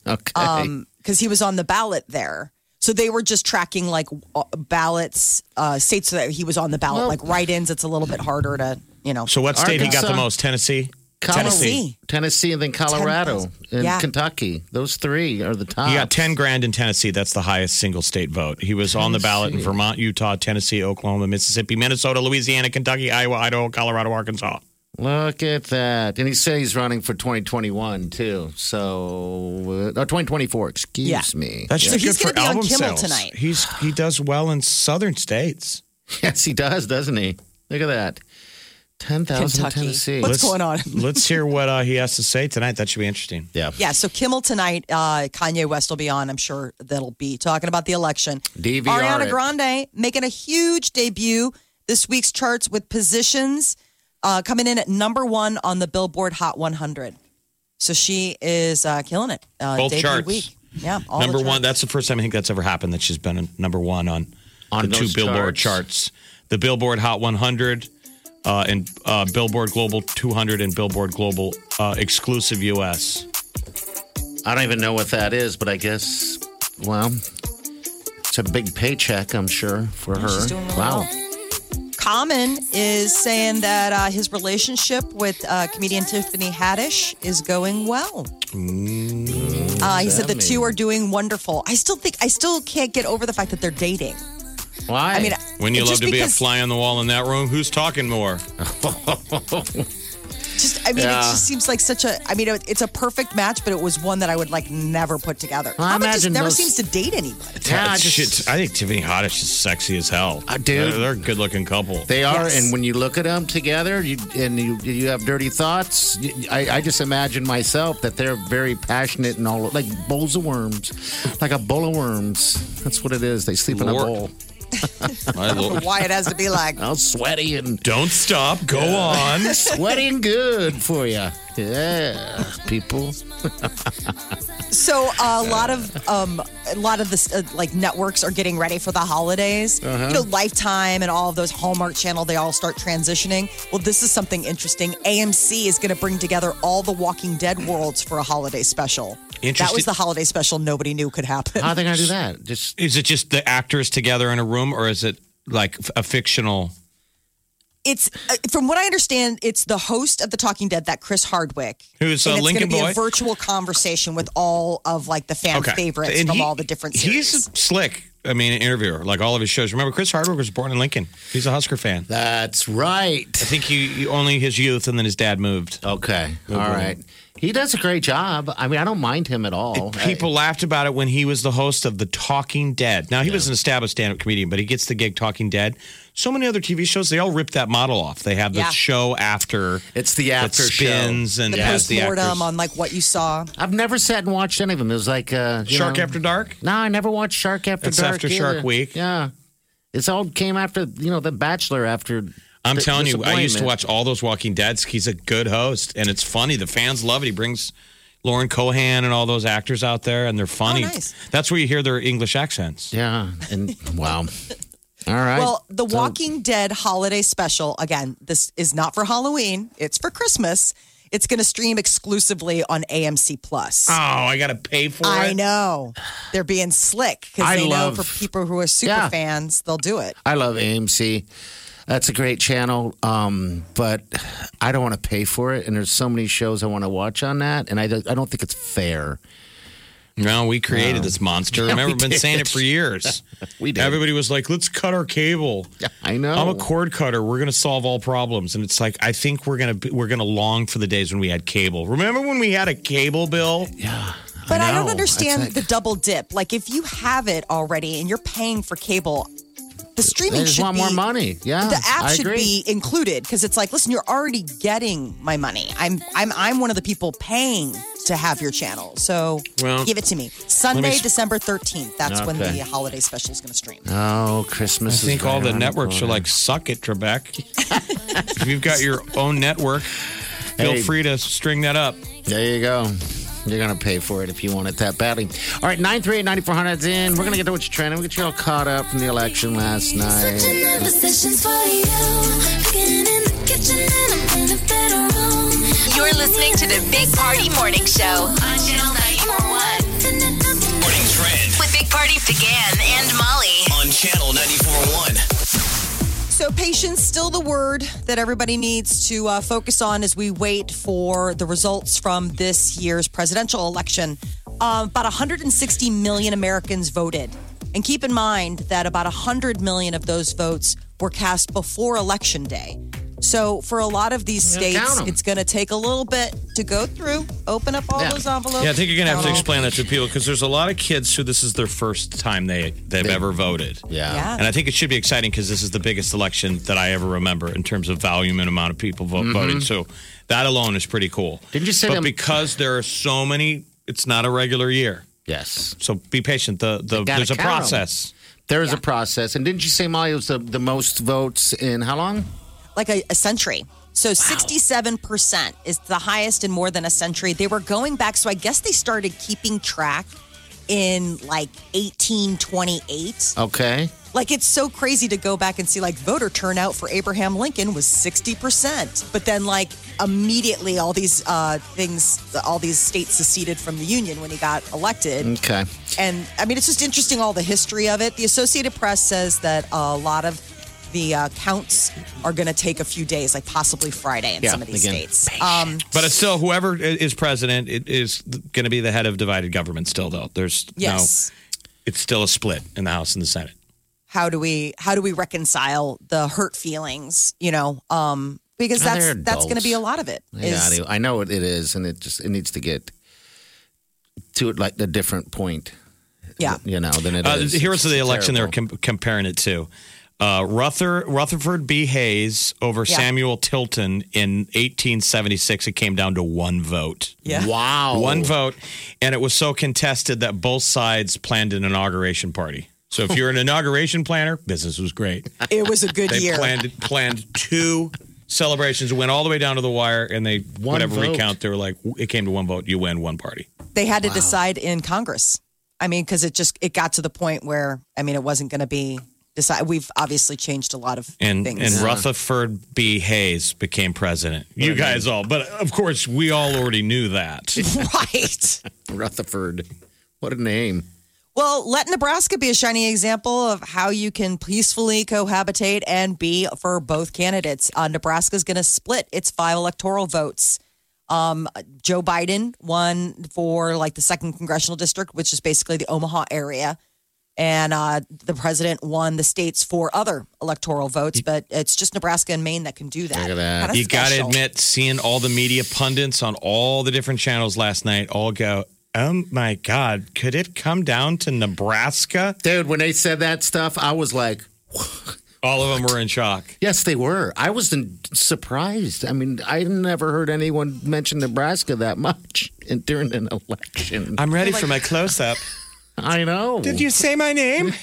Speaker 4: okay.
Speaker 3: Um, because he was on the ballot there. So they were just tracking like uh, ballots, uh, states that he was on the ballot, like write-ins. It's a little bit harder to, you know.
Speaker 2: So what state he got the
Speaker 4: Arkansas.
Speaker 2: most? Tennessee.
Speaker 3: Tennessee.
Speaker 4: Tennessee, and then Colorado and
Speaker 3: Yeah.
Speaker 4: Kentucky. Those three are the top.
Speaker 3: Ah.
Speaker 2: He got ten grand in Tennessee. That's the highest single state vote. He was on the ballot in Vermont, Utah, Tennessee, Oklahoma, Mississippi, Minnesota, Louisiana, Kentucky, Iowa, Idaho, Colorado, Arkansas.
Speaker 4: Look at that. And he said he's running for 2021 too. So, uh, or 2024, excuse
Speaker 3: Yeah.
Speaker 4: me.
Speaker 2: That's
Speaker 3: So
Speaker 2: just
Speaker 3: he's
Speaker 2: good for
Speaker 3: gonna be on
Speaker 2: album
Speaker 3: Kimmel
Speaker 2: sales.
Speaker 3: tonight.
Speaker 2: He's he does well in southern states.
Speaker 4: Yes, he does, doesn't he? Look at that. 10,000 in
Speaker 3: Kentucky.
Speaker 4: Tennessee.
Speaker 3: What's going on?
Speaker 2: [LAUGHS] let's hear what uh, he has to say tonight. That should be interesting.
Speaker 4: yeah.
Speaker 3: Yeah, so Kimmel tonight, uh, Kanye West will be on. I'm sure that'll be talking about the election.
Speaker 4: DVR
Speaker 3: Ariana
Speaker 4: it.
Speaker 3: Grande making a huge debut this week's charts with positions uh, coming in at number one on the Billboard Hot 100. So she is uh, killing it. Uh,
Speaker 2: Both
Speaker 3: debut
Speaker 2: charts.
Speaker 3: Week. Yeah, all the
Speaker 2: number
Speaker 3: charts.
Speaker 2: one. That's the first time I think that's ever happened that she's been a number one on,
Speaker 4: On
Speaker 2: the two
Speaker 4: those
Speaker 2: Billboard charts. The Billboard Hot 100 uh, and uh, Billboard Global 200 and Billboard Global uh, Exclusive US.
Speaker 4: I don't even know what that is, but I guess, well, it's a big paycheck, I'm sure, for her.
Speaker 3: she's doing really
Speaker 4: wow.
Speaker 3: Common is saying that uh, his relationship with uh, comedian Tiffany Haddish is going well.
Speaker 2: Mm.
Speaker 3: Uh, he said the two are doing wonderful. I still think I still can't get over the fact that they're dating.
Speaker 4: Why?
Speaker 3: I mean,
Speaker 2: When you love
Speaker 3: just
Speaker 2: to be a
Speaker 3: because-
Speaker 2: fly on the wall in that room, who's talking more?
Speaker 3: Just, I mean, it
Speaker 4: Yeah.
Speaker 3: just seems like such a. I mean, it- it's a perfect match, but it was one that I would like never put together.
Speaker 4: I
Speaker 3: Common just
Speaker 4: imagine
Speaker 3: never
Speaker 4: most-
Speaker 3: seems to date anybody.
Speaker 4: Yeah, I
Speaker 2: It's
Speaker 4: just-
Speaker 2: shit. I think Tiffany Haddish is sexy as hell.
Speaker 4: Uh, dude.
Speaker 2: They're, they're a good looking couple.
Speaker 4: They are,
Speaker 3: Yes.
Speaker 4: and when you look at them together, you and you you have dirty thoughts. you- I, I just imagine myself that they're very passionate and all like bowls of worms, like a bowl of worms. That's what it is. They sleep in a
Speaker 2: Lord.
Speaker 4: bowl,
Speaker 2: My lord.
Speaker 3: [LAUGHS] Why it has to be like
Speaker 4: all sweaty and
Speaker 2: Don't stop. Go on.
Speaker 4: sweaty and good for you. Yeah, people.
Speaker 3: So uh, a lot of um, a lot of the uh, like networks are getting ready for the holidays.
Speaker 2: Uh-huh.
Speaker 3: You know, Lifetime and all of those Hallmark Channel, they all start transitioning. Well, this is something interesting. AMC is going to bring together all the Walking Dead worlds for a holiday special. That was
Speaker 2: Interesting.
Speaker 3: the holiday special nobody knew could happen.
Speaker 4: How are they gonna do that? Just
Speaker 2: Is it just the actors together in a room, or is it like a fictional?
Speaker 3: It's uh, from what I understand, it's the host of the Talking Dead, that Chris Hardwick,
Speaker 2: Who's,
Speaker 3: and
Speaker 2: uh,
Speaker 3: it's
Speaker 2: Lincoln
Speaker 3: going to be
Speaker 2: Boy?
Speaker 3: a virtual conversation with all of like the fan favorites
Speaker 2: And
Speaker 3: from
Speaker 2: he-
Speaker 3: all the different series.
Speaker 2: He's slick. I mean, an interviewer, like all of his shows. Remember, Chris Hardwick was born in Lincoln. He's a Husker fan. I
Speaker 4: that's right.
Speaker 2: think he, he- only his youth, and then his dad moved.
Speaker 4: Okay, all right. He does a great job. I mean, I don't mind him at all.
Speaker 2: People laughed about it when he was the host of The Talking Dead. Now, he was an established stand up comedian, but he gets the gig Talking Dead. So many other TV shows, they all rip that model off. They have the
Speaker 3: Yeah.
Speaker 2: show after.
Speaker 4: Uh, It's the
Speaker 2: that
Speaker 4: after show.
Speaker 2: spins and
Speaker 3: the
Speaker 2: has the actors.
Speaker 3: postmortem on like what you saw.
Speaker 4: I, have never sat and watched any of them. It was like uh, you
Speaker 2: Shark
Speaker 4: know-
Speaker 2: After Dark.
Speaker 4: No, I never watched Shark After
Speaker 2: That's
Speaker 4: Dark.
Speaker 2: after Shark
Speaker 4: either.
Speaker 2: Week.
Speaker 4: Yeah. It's all came after, you know, The Bachelor after.
Speaker 2: I'm
Speaker 4: the
Speaker 2: telling you, I used to
Speaker 4: disappointment.
Speaker 2: watch all those Walking Deads. He's a good host, and it's funny. The fans love it. He brings Lauren Cohan and all those actors out there, and they're
Speaker 4: Oh,
Speaker 2: funny.
Speaker 3: nice.
Speaker 2: That's where you hear their English accents.
Speaker 4: Yeah. And [LAUGHS] wow. All right.
Speaker 3: Well, the
Speaker 4: So-
Speaker 3: Walking Dead holiday special, again, this is not for Halloween, it's for Christmas. It's going to stream exclusively on AMC Plus.
Speaker 2: Oh, I got to pay for
Speaker 3: I
Speaker 2: it.
Speaker 3: know. They're being slick because
Speaker 4: I
Speaker 3: they
Speaker 4: love-
Speaker 3: know for people who are super
Speaker 4: Yeah.
Speaker 3: fans, they'll do it.
Speaker 4: I love AMC. That's a great channel, um, but I don't want to pay for it. And there's so many shows I want to watch on that, and I don't, I don't think it's fair.
Speaker 2: No, we created
Speaker 4: [LAUGHS]
Speaker 2: this monster. Remember,
Speaker 4: Um, we
Speaker 2: we've been
Speaker 4: did.
Speaker 2: saying it for years.
Speaker 4: We did. Oh.
Speaker 2: Everybody was like, "Let's cut our cable."
Speaker 4: I know.
Speaker 2: I'm a cord cutter. We're gonna solve all problems, and it's like I think we're gonna be, we're gonna long for the days when we had cable. Remember when we had a cable bill?
Speaker 3: But I, don't
Speaker 4: know.
Speaker 3: understand
Speaker 4: It's
Speaker 3: the double dip. Like, if you have it already and you're paying for cable, the streaming
Speaker 4: They just
Speaker 3: should
Speaker 4: want
Speaker 3: be,
Speaker 4: more money. Yeah,
Speaker 3: the app
Speaker 4: I
Speaker 3: should
Speaker 4: agree.
Speaker 3: be included because it's like, listen, you're already getting my money. I'm I'm I'm one of the people paying to have your channel, so
Speaker 2: Well,
Speaker 3: give it to me. Sunday,
Speaker 2: s-
Speaker 3: December thirteenth. That's when
Speaker 4: Okay.
Speaker 3: the holiday special is going to stream.
Speaker 4: Oh, Christmas!
Speaker 2: I think
Speaker 4: is right
Speaker 2: all the
Speaker 4: around
Speaker 2: networks are
Speaker 4: corner.
Speaker 2: like, suck it, Trebek.
Speaker 4: [LAUGHS]
Speaker 2: if you've got your own network, feel
Speaker 4: Hey.
Speaker 2: free to string that up.
Speaker 4: There you go. You're going to pay for it if you want it that badly. All right, 938 9400's in. We're going to get to what you're trending. We'll get you all caught up from the election last night.
Speaker 8: Another session's for you. Cooking in the kitchen and I'm in the bedroom.
Speaker 1: You're listening to the Big Party Morning Show on Channel 941.
Speaker 8: Turn it up.
Speaker 1: Morning Party began and Molly.
Speaker 5: on Channel 941.
Speaker 3: So, patience still the word that everybody needs to uh, focus on as we wait for the results from this year's presidential election. Um, about 160 million Americans voted, and keep in mind that about 100 million of those votes were cast before election day. So, for a lot of these
Speaker 4: Yeah, count
Speaker 3: states,
Speaker 4: 'em.
Speaker 3: it's going to take a little bit to go through, open up all
Speaker 4: Yeah.
Speaker 3: those envelopes.
Speaker 2: Yeah, I think you're gonna have to
Speaker 3: count 'em.
Speaker 2: explain that to people because there's a lot of kids who this is their first time they they've ever voted.
Speaker 4: Yeah.
Speaker 3: Yeah.
Speaker 2: And I think it should be exciting because this is the biggest election that I ever remember in terms of volume and amount of people vo- voting. So that alone is pretty cool.
Speaker 4: Mm-hmm. Didn't you say
Speaker 2: But
Speaker 4: them-
Speaker 2: because there are so many, it's not a regular year.
Speaker 4: Yes.
Speaker 2: So be patient. The, the
Speaker 4: gotta
Speaker 2: there's a
Speaker 4: count 'em.
Speaker 2: process.
Speaker 4: There is a process. And didn't you say, Molly, it was the, the most votes in how long?
Speaker 3: like a, a century. So 67% is the highest in more than a century. They were going back. So I guess they started keeping track in like 1828.
Speaker 4: Okay.
Speaker 3: Like it's so crazy to go back and see like voter turnout for Abraham Lincoln was 60%. But then like immediately all these uh, things, all these states seceded from the Union when he got elected.
Speaker 4: Okay.
Speaker 3: And I mean, it's just interesting all the history of it. The Associated Press says that a lot of the uh, counts are going to take a few days, like possibly Friday in
Speaker 4: Yeah,
Speaker 3: some of these
Speaker 4: again,
Speaker 3: states. Um,
Speaker 2: But it's still whoever i- is president it is going to be the head of divided government. Still though, there's
Speaker 3: yes.
Speaker 2: no. It's still a split in the House and the Senate.
Speaker 3: How do we how do we reconcile the hurt feelings? You know, um, because
Speaker 4: Well,
Speaker 3: that's
Speaker 4: they're
Speaker 3: that's going to be a
Speaker 4: adults.
Speaker 3: lot of it.
Speaker 4: I
Speaker 3: is-
Speaker 4: gotta- I know it, it is, and it just it needs to get to it like a different point,
Speaker 3: yeah.
Speaker 4: you know, than it is.
Speaker 2: Uh, here's the
Speaker 4: It's
Speaker 2: election
Speaker 4: terrible.
Speaker 2: they're com- comparing it to. Uh, Ruther, Rutherford B. Hayes over
Speaker 3: Yeah.
Speaker 2: Samuel Tilton in 1876. It came down to one vote.
Speaker 3: Yeah.
Speaker 4: Wow.
Speaker 2: One vote. And it was so contested that both sides planned an inauguration party. So if you're an inauguration planner, business was great.
Speaker 3: It was a good
Speaker 2: They
Speaker 3: year.
Speaker 2: planned planned two celebrations, went all the way down to the wire, and they
Speaker 4: One
Speaker 2: whatever
Speaker 4: vote.
Speaker 2: recount, they were like, it came to one vote, you win one party.
Speaker 3: they had to decide in Congress. I mean, because it just it got to the point where I mean, it wasn't going to be decided. We've obviously changed a lot of
Speaker 2: and
Speaker 3: things.
Speaker 2: and Rutherford B. Hayes became president. You guys all, but of course we all already knew [LAUGHS] that.
Speaker 3: right.
Speaker 4: [LAUGHS] Rutherford. What a name.
Speaker 3: Well, let Nebraska be a shining example of how you can peacefully cohabitate and be for both candidates. Uh, Nebraska's going to split its five electoral votes. Um, Joe Biden won for like the second congressional district, which is basically the Omaha area. And uh, the president won the states for other electoral votes, but it's just Nebraska and Maine that can do that.
Speaker 4: Look at that.
Speaker 3: Kinda
Speaker 2: You got to
Speaker 3: special.
Speaker 2: admit, seeing all the media pundits on all the different channels last night all go, "Oh my God, could it come down to Nebraska?"
Speaker 4: Dude, when they said that stuff, I was like,
Speaker 2: All of them were in shock.
Speaker 4: yes, they were. I was in- surprised. I mean, I never heard anyone mention Nebraska that much [LAUGHS] in- during an election.
Speaker 2: I'm ready for my close [LAUGHS] up.
Speaker 4: I know.
Speaker 2: say my name?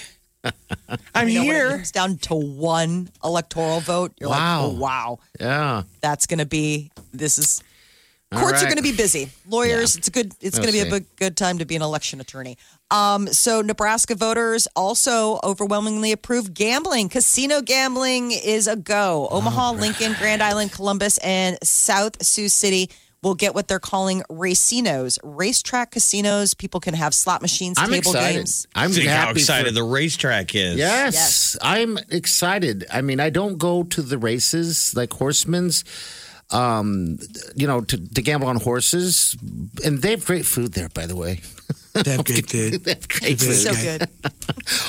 Speaker 2: I'm
Speaker 3: You know, when it comes down to one electoral vote, you're
Speaker 4: Wow.
Speaker 3: like, oh, wow.
Speaker 4: Yeah.
Speaker 3: that's going to be this is
Speaker 4: All
Speaker 3: courts are
Speaker 4: right.
Speaker 3: going to be busy lawyers it's a good it's
Speaker 4: We'll
Speaker 3: going to be a
Speaker 4: see.
Speaker 3: big, good time to be an election attorney um, so nebraska voters also overwhelmingly approve gambling casino gambling is a go
Speaker 4: Oh,
Speaker 3: omaha lincoln grand island columbus and south sioux city will get what they're calling racinos racetrack casinos people can have slot machines
Speaker 4: I'm
Speaker 3: table
Speaker 4: excited.
Speaker 3: games
Speaker 4: I'm
Speaker 2: See
Speaker 4: happy
Speaker 2: how excited
Speaker 4: for-
Speaker 2: the racetrack is.
Speaker 4: Yes,
Speaker 3: Yes.
Speaker 4: I'm excited. I mean, I don't go to the races like horsemen's, um, you know, to, to gamble on horses. And they have great food there, by the way.
Speaker 9: They
Speaker 4: [LAUGHS]
Speaker 9: have great food.
Speaker 4: They have great
Speaker 9: Very
Speaker 4: food.
Speaker 3: so good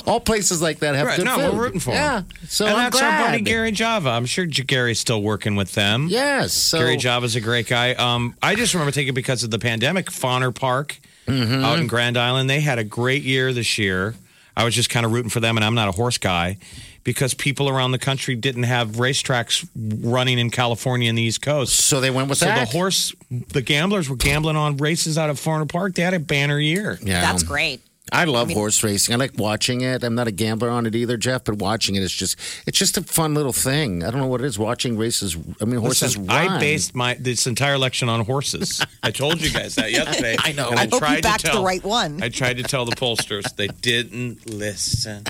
Speaker 4: All places like that have
Speaker 2: Right,
Speaker 4: good
Speaker 2: no,
Speaker 4: food.
Speaker 2: we're rooting for
Speaker 4: Yeah.
Speaker 2: him.
Speaker 4: So
Speaker 2: and
Speaker 4: I'm
Speaker 2: that's
Speaker 4: glad.
Speaker 2: our buddy Gary Java. I'm sure J- Gary's still working with them.
Speaker 4: Yes. So
Speaker 2: Gary Java's a great guy. Um, I just remember thinking because of the pandemic, Fauner Park out in Grand Island, they had a great year this year. I was just kind of rooting for them, and I'm not a horse guy because people around the country didn't have racetracks running in California and the East Coast.
Speaker 4: So they went with
Speaker 2: So
Speaker 4: that.
Speaker 2: the horse, the gamblers were gambling on races out of Fauner Park. They had a banner year.
Speaker 4: Yeah.
Speaker 3: that's great
Speaker 4: I love horse racing. I like watching it. I'm not a gambler on it either, Jeff. But watching it is just it's just a fun little thing. I don't know what it is. Watching races. I mean, horses.
Speaker 2: Listen,
Speaker 4: run.
Speaker 2: I based my this entire election on horses. I told you guys that yesterday. I know.
Speaker 3: I hope you backed the right one.
Speaker 2: I tried to tell the pollsters they didn't listen.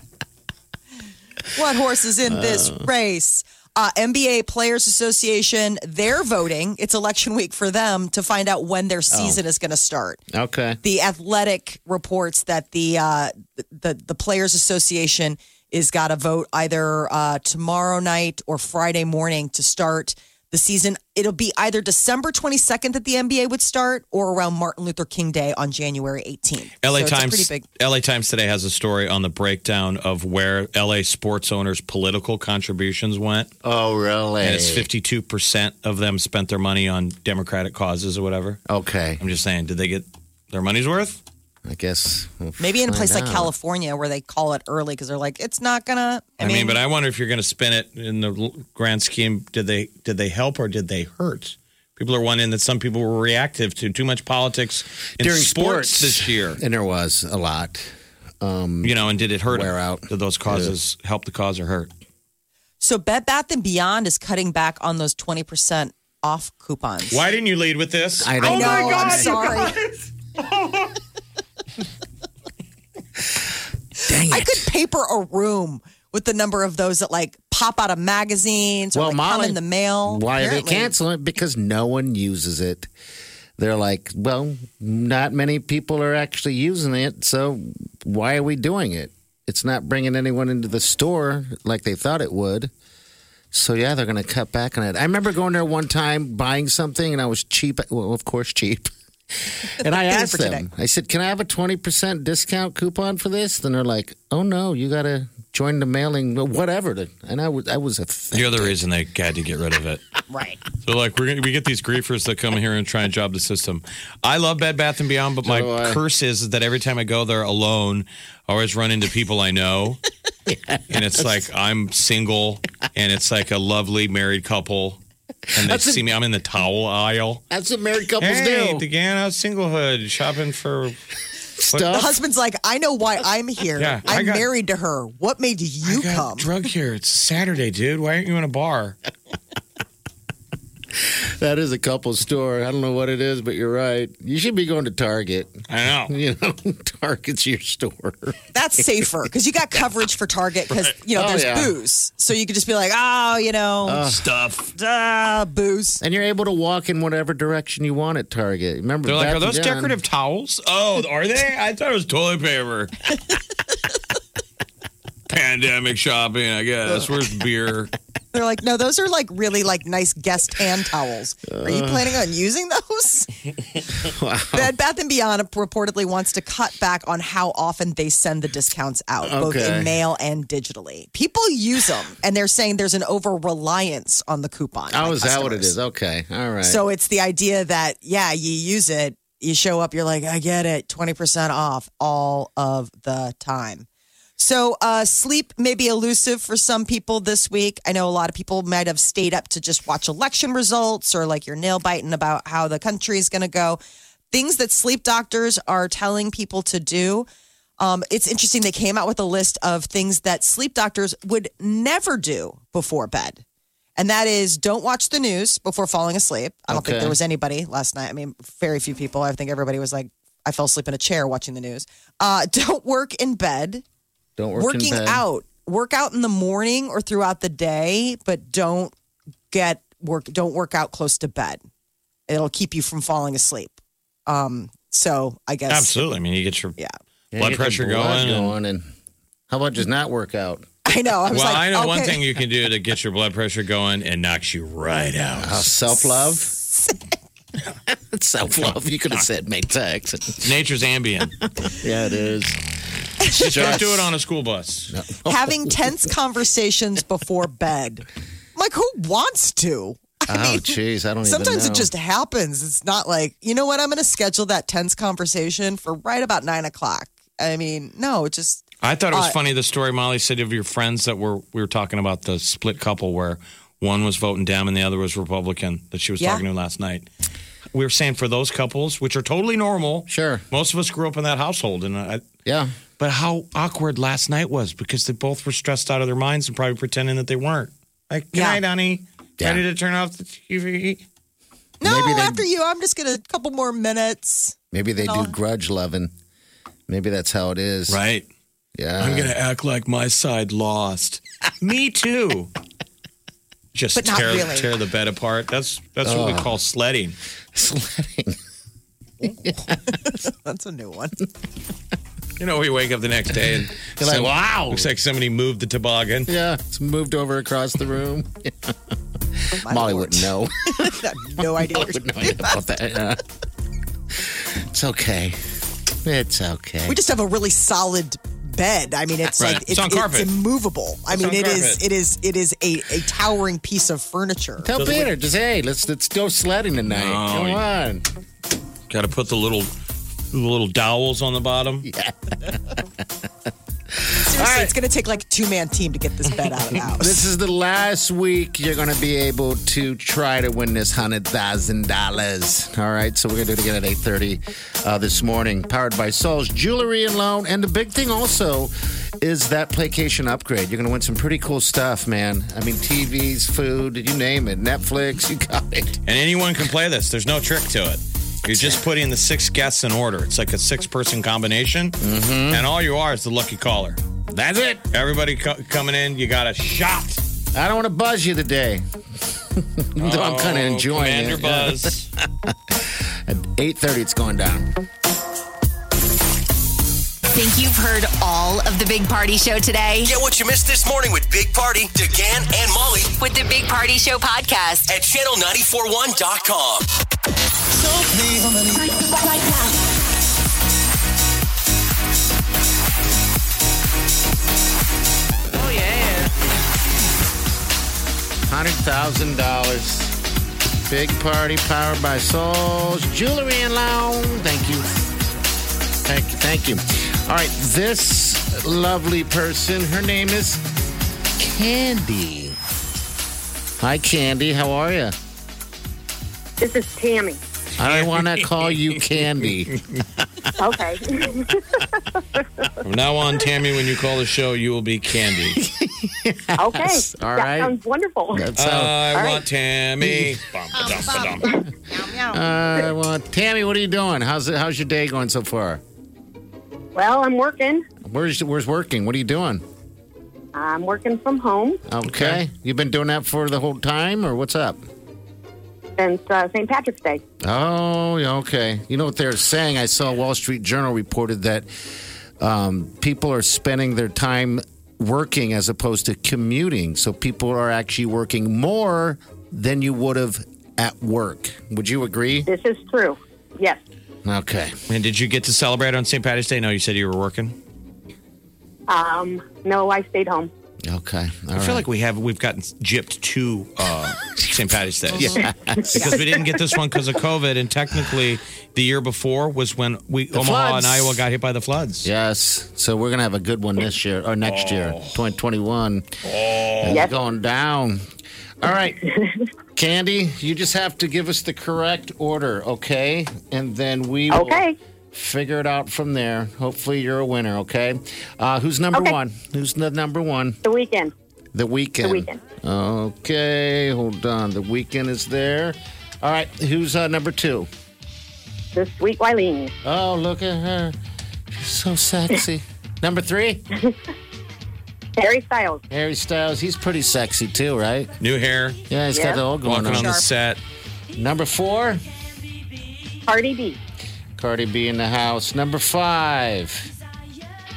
Speaker 3: What horse is in this race? Uh, NBA Players Association, they're voting. It's election week for them to find out when their season is going to start.
Speaker 4: Okay.
Speaker 3: The Athletic reports that the uh, the the Players Association is got to vote either uh, tomorrow night or Friday morning to start the season. It'll be either December 22nd that the NBA would start, or around Martin Luther King Day on January 18th. So
Speaker 2: LA
Speaker 3: it's a
Speaker 2: Times
Speaker 3: pretty big.
Speaker 2: LA Times today has a story on the breakdown of where LA sports owners' political contributions went.
Speaker 4: Oh, really?
Speaker 2: And it's 52% of them spent their money on Democratic causes or whatever.
Speaker 4: Okay.
Speaker 2: I'm just saying, did they get their money's worth?
Speaker 4: I guess. we'll
Speaker 3: Maybe in a
Speaker 4: find
Speaker 3: place like
Speaker 4: out.
Speaker 3: California where they call it early because they're like, it's not gonna.
Speaker 2: I mean, but I wonder if you're going to spin it in the l- grand scheme. Did they did they help or did they hurt? People are one in that some people were reactive to too much politics in
Speaker 4: During
Speaker 2: sports,
Speaker 4: sports.
Speaker 2: this year.
Speaker 4: And there was a lot. Um,
Speaker 2: You know, and did it hurt?
Speaker 4: Wear
Speaker 2: them?
Speaker 4: out.
Speaker 2: Did those causes help the cause or hurt?
Speaker 3: so Bed Bath and Beyond is cutting back on those 20% off coupons.
Speaker 2: Why Oh didn't you lead with this?
Speaker 4: I
Speaker 3: I
Speaker 4: don't
Speaker 3: know.
Speaker 4: know.
Speaker 3: I'm sorry.
Speaker 4: Dang it.
Speaker 3: I could paper a room with the number of those that like pop out of magazines or
Speaker 4: well,
Speaker 3: like,
Speaker 4: Molly,
Speaker 3: come in the mail.
Speaker 4: Why are
Speaker 3: Apparently-
Speaker 4: they canceling it? Because no one uses it. They're like, well, not many people are actually using it, so why are we doing it? It's not bringing anyone into the store like they thought it would. So yeah, they're going to cut back on it. I remember going there one time buying something, and I was cheap. Well, of course,
Speaker 3: [LAUGHS]
Speaker 4: cheap. And I
Speaker 3: Thing
Speaker 4: asked
Speaker 3: for
Speaker 4: them, I said, "Can I have a twenty percent discount coupon for this?" Then they're like, "Oh no, you got to join the mailing, whatever." And I was, I was a.
Speaker 2: You're the reason they had to get rid
Speaker 4: [LAUGHS]
Speaker 2: of it.
Speaker 3: Right.
Speaker 2: So like we're gonna, we get these griefers that come in here and try and job the system. I love Bed Bath and Beyond, but my
Speaker 4: do I.
Speaker 2: curse is that every time I go there alone, I always run into people
Speaker 4: [LAUGHS]
Speaker 2: I know, and it's like I'm single, and it's like a lovely married couple, and they
Speaker 4: That's a-
Speaker 2: see me. I'm in the towel aisle.
Speaker 4: That's what married couples
Speaker 2: Hey,
Speaker 4: do.
Speaker 2: Deanna, singlehood shopping for
Speaker 3: The
Speaker 4: Stuff.
Speaker 3: husband's like, I know why I'm here.
Speaker 2: Yeah, I
Speaker 3: I'm
Speaker 2: got-
Speaker 3: married to her. What made you
Speaker 2: I got
Speaker 3: come?
Speaker 2: drug here. It's Saturday, dude. Why aren't you in a bar?
Speaker 4: [LAUGHS] That is a couple store. I don't know what it is, but you're right. You should be going to Target. [LAUGHS]
Speaker 2: I know.
Speaker 4: You know, Target's your store.
Speaker 3: That's safer because you got coverage for Target
Speaker 4: [LAUGHS]
Speaker 3: because you know
Speaker 4: Oh,
Speaker 3: there's
Speaker 4: yeah. Uh.
Speaker 3: booze, so you could just be like, oh, you know,
Speaker 2: [LAUGHS] Stuff.
Speaker 3: duh, booze.
Speaker 4: And you're able to walk in whatever direction you want at Target. Remember,
Speaker 2: They're like,
Speaker 4: Bath
Speaker 2: are those
Speaker 4: and Beyond-
Speaker 2: decorative towels? [LAUGHS] Oh, are they? I thought it was toilet paper. [LAUGHS] Pandemic shopping, I guess. Where's beer?
Speaker 3: They're like, no, those are like really like nice guest hand towels. Are you planning on
Speaker 4: [LAUGHS]
Speaker 3: using those? Bed Bath and Beyond reportedly wants to cut back on how often they send the discounts out, both
Speaker 4: Okay.
Speaker 3: in mail and digitally. People use them, and they're saying there's an over reliance on the coupon. by
Speaker 4: Oh, is that what it
Speaker 3: customers.
Speaker 4: is? Okay, all right.
Speaker 3: So it's the idea that, yeah, you use it, you show up, you're like, I get it, 20% off all of the time. So uh, sleep may be elusive for some people this week. I know a lot of people might have stayed up to just watch election results or like you're nail biting about how the country is going to go. Things that sleep doctors are telling people to do. Um, it's interesting. They came out with a list of things that sleep doctors would never do before bed. And that is don't watch the news before falling asleep. I don't think
Speaker 4: Okay.
Speaker 3: there was anybody last night. I mean, very few people. I think everybody was like, I fell asleep in a chair watching the news. Uh, [LAUGHS] don't work in bed.
Speaker 4: don't work in
Speaker 3: Working
Speaker 4: bed.
Speaker 3: out. Work out in the morning or throughout the day, but don't get work don't work out close to bed. It'll keep you from falling asleep. Um, so I guess
Speaker 2: Absolutely. I mean, you get your
Speaker 3: yeah. [LAUGHS]
Speaker 4: Yeah, get
Speaker 2: blood
Speaker 4: the
Speaker 2: pressure
Speaker 4: blood
Speaker 2: going. and-
Speaker 4: going and how about just not work out?
Speaker 3: I know. I was
Speaker 2: well,
Speaker 3: like,
Speaker 2: I know one
Speaker 3: okay.
Speaker 2: thing you can do to get your blood pressure going and knocks you right out.
Speaker 3: Uh-huh. [LAUGHS]
Speaker 4: Uh, self love. self love. You could have said make
Speaker 3: [LAUGHS]
Speaker 4: text.
Speaker 2: Nature's ambient.
Speaker 4: Yeah, it is.
Speaker 2: Don't do it on a school bus.
Speaker 4: [LAUGHS]
Speaker 3: having tense conversations before bed. I'm like, who wants to?
Speaker 4: Oh, jeez, I don't.
Speaker 3: Sometimes
Speaker 4: even
Speaker 3: it
Speaker 4: know.
Speaker 3: just happens. It's not like, you know what, I'm going to schedule that tense conversation for right about nine o'clock. I mean, no, it just,
Speaker 2: I thought it was
Speaker 3: Uh,
Speaker 2: funny the story Molly said of your friends that were we were talking about the split couple where one was voting Dem and the other was Republican that she was
Speaker 3: Yeah.
Speaker 2: talking to last night. We were saying for those couples, which are totally normal.
Speaker 4: Sure.
Speaker 2: most of us grew up in that household, and I,
Speaker 4: Yeah.
Speaker 2: but how awkward last night was because they both were stressed out of their minds and probably pretending that they weren't. Like, good
Speaker 3: Yeah.
Speaker 2: night, honey.
Speaker 4: Yeah.
Speaker 2: Ready to turn off the TV?
Speaker 3: no,
Speaker 4: Maybe they-
Speaker 3: after you, I'm just going to, a couple more minutes.
Speaker 4: Maybe they do grudge loving. Maybe that's how it is.
Speaker 2: Right.
Speaker 4: Yeah. [LAUGHS]
Speaker 2: I'm gonna act like my side lost. Me too. Just
Speaker 3: But not
Speaker 2: tear,
Speaker 3: really.
Speaker 2: tear the bed apart. That's that's what we
Speaker 4: Ugh.
Speaker 2: call sledding.
Speaker 4: Sledding.
Speaker 3: That's a new one. [LAUGHS]
Speaker 2: You know, we wake up the next day and
Speaker 4: [LAUGHS] You're like,
Speaker 2: some-
Speaker 4: wow.
Speaker 2: looks like somebody moved the toboggan.
Speaker 4: Yeah, it's moved over across the room. [LAUGHS]
Speaker 3: My
Speaker 4: Molly
Speaker 3: lord.
Speaker 4: wouldn't know.
Speaker 3: I
Speaker 4: [LAUGHS]
Speaker 3: have no idea.
Speaker 4: Molly
Speaker 3: what you're
Speaker 4: wouldn't know anything about that. yeah. It's okay. It's okay.
Speaker 3: We just have a really solid bed. I mean, it's
Speaker 2: Right.
Speaker 3: like
Speaker 2: It's on carpet.
Speaker 3: immovable. I mean,
Speaker 2: on
Speaker 3: it is
Speaker 2: carpet.
Speaker 3: it is it is a, a towering piece of furniture.
Speaker 4: Tell Peter, just hey, let's let's go sledding tonight.
Speaker 2: No,
Speaker 4: Come
Speaker 2: you-
Speaker 4: on.
Speaker 2: Got to put the little the little dowels on the bottom.
Speaker 3: Seriously, it's going to take like a two man team to get this bed out of
Speaker 4: [LAUGHS]
Speaker 3: the house.
Speaker 4: This is the last week you're going to be able to try to win this hundred thousand dollars. All right, so we're going to do it again at eight thirty uh, this morning. Powered by Souls Jewelry and Loan, and the big thing also is that Playcation upgrade. You're going to win some pretty cool stuff, man. I mean, TVs, food, you name it, Netflix, you got it.
Speaker 2: And anyone can play this. There's no trick to it. You're just putting the six guests in order. It's like a six person combination.
Speaker 4: Mm-hmm.
Speaker 2: And all you are is the lucky caller.
Speaker 4: That's it.
Speaker 2: Everybody co- coming in, you got a shot.
Speaker 4: I don't want to buzz you today. [LAUGHS] Even though I'm kind of
Speaker 2: Oh,
Speaker 4: enjoying
Speaker 2: Commander
Speaker 4: it. [LAUGHS]
Speaker 2: Buzz.
Speaker 4: At 8.30, it's going down.
Speaker 1: Think you've heard all of the Big Party Show today?
Speaker 5: Get what you missed this morning with Big Party, DeGan, and Molly
Speaker 1: With the Big Party Show podcast.
Speaker 5: at channel941.com. Oh, yeah.
Speaker 4: $100,000. Big party powered by Souls Jewelry and Loan. Thank you. Thank you. Thank you. All right. This lovely person, her name is Candy. Hi, Candy. How are you?
Speaker 6: This is Tammy.
Speaker 4: I don't want to call you Candy. [LAUGHS]
Speaker 6: Okay. [LAUGHS]
Speaker 2: From now on, Tammy, when you call the show, you will be Candy.
Speaker 4: [LAUGHS]
Speaker 2: Uh,
Speaker 6: okay.
Speaker 4: All
Speaker 6: that
Speaker 4: right.
Speaker 6: sounds wonderful.
Speaker 4: That's how.
Speaker 2: I want Tammy. Bum, ba-dum, ba-dum.
Speaker 4: Uh, well, Tammy, what are you doing? How's it, How's your day going so far?
Speaker 6: Well, I'm working.
Speaker 4: Where's Where's working? What are you doing?
Speaker 6: I'm working from home
Speaker 4: Okay. You've been doing that for the whole time, or what's up?
Speaker 6: since uh, St. Patrick's Day.
Speaker 4: Oh, yeah, okay. You know what they're saying? I saw Wall Street Journal reported that um, people are spending their time working as opposed to commuting. So people are actually working more than you would have at work. Would you agree?
Speaker 6: This is true. Yes.
Speaker 4: Okay.
Speaker 2: And did you get to celebrate on St. Patrick's Day? No, you said you were working.
Speaker 6: Um, no, I stayed home.
Speaker 4: Okay. All
Speaker 2: I
Speaker 4: right.
Speaker 2: feel like we have we've gotten gypped two uh, St. Patrick's Days. Yeah. because we didn't get this one because of COVID, and technically the year before was when we Omaha
Speaker 4: floods.
Speaker 2: and Iowa got hit by the floods.
Speaker 4: Yes. So we're going to have a good one this year or next year, 2021. Oh.
Speaker 6: Yes.
Speaker 4: Going down. All right. Candy, you just have to give us the correct order, okay? And then we will
Speaker 6: Okay.
Speaker 4: figure it out from there. Hopefully you're a winner, okay? Uh, who's number
Speaker 6: Okay.
Speaker 4: one? Who's the number one?
Speaker 6: The weekend.
Speaker 4: The weekend.
Speaker 6: The Weeknd.
Speaker 4: Okay, hold on. The weekend is there. All right, who's uh, number two?
Speaker 6: The sweet Wileen.
Speaker 4: Oh, look at her. She's so
Speaker 6: [LAUGHS]
Speaker 4: sexy. number three?
Speaker 6: Harry Styles.
Speaker 4: Harry Styles, he's pretty sexy too, right?
Speaker 2: New hair,
Speaker 4: Yeah, he's got
Speaker 6: Yeah.
Speaker 4: the old going
Speaker 2: walking on
Speaker 4: on.
Speaker 2: the set.
Speaker 4: Number four,
Speaker 6: Cardi B.
Speaker 4: Cardi B in the house. Number five,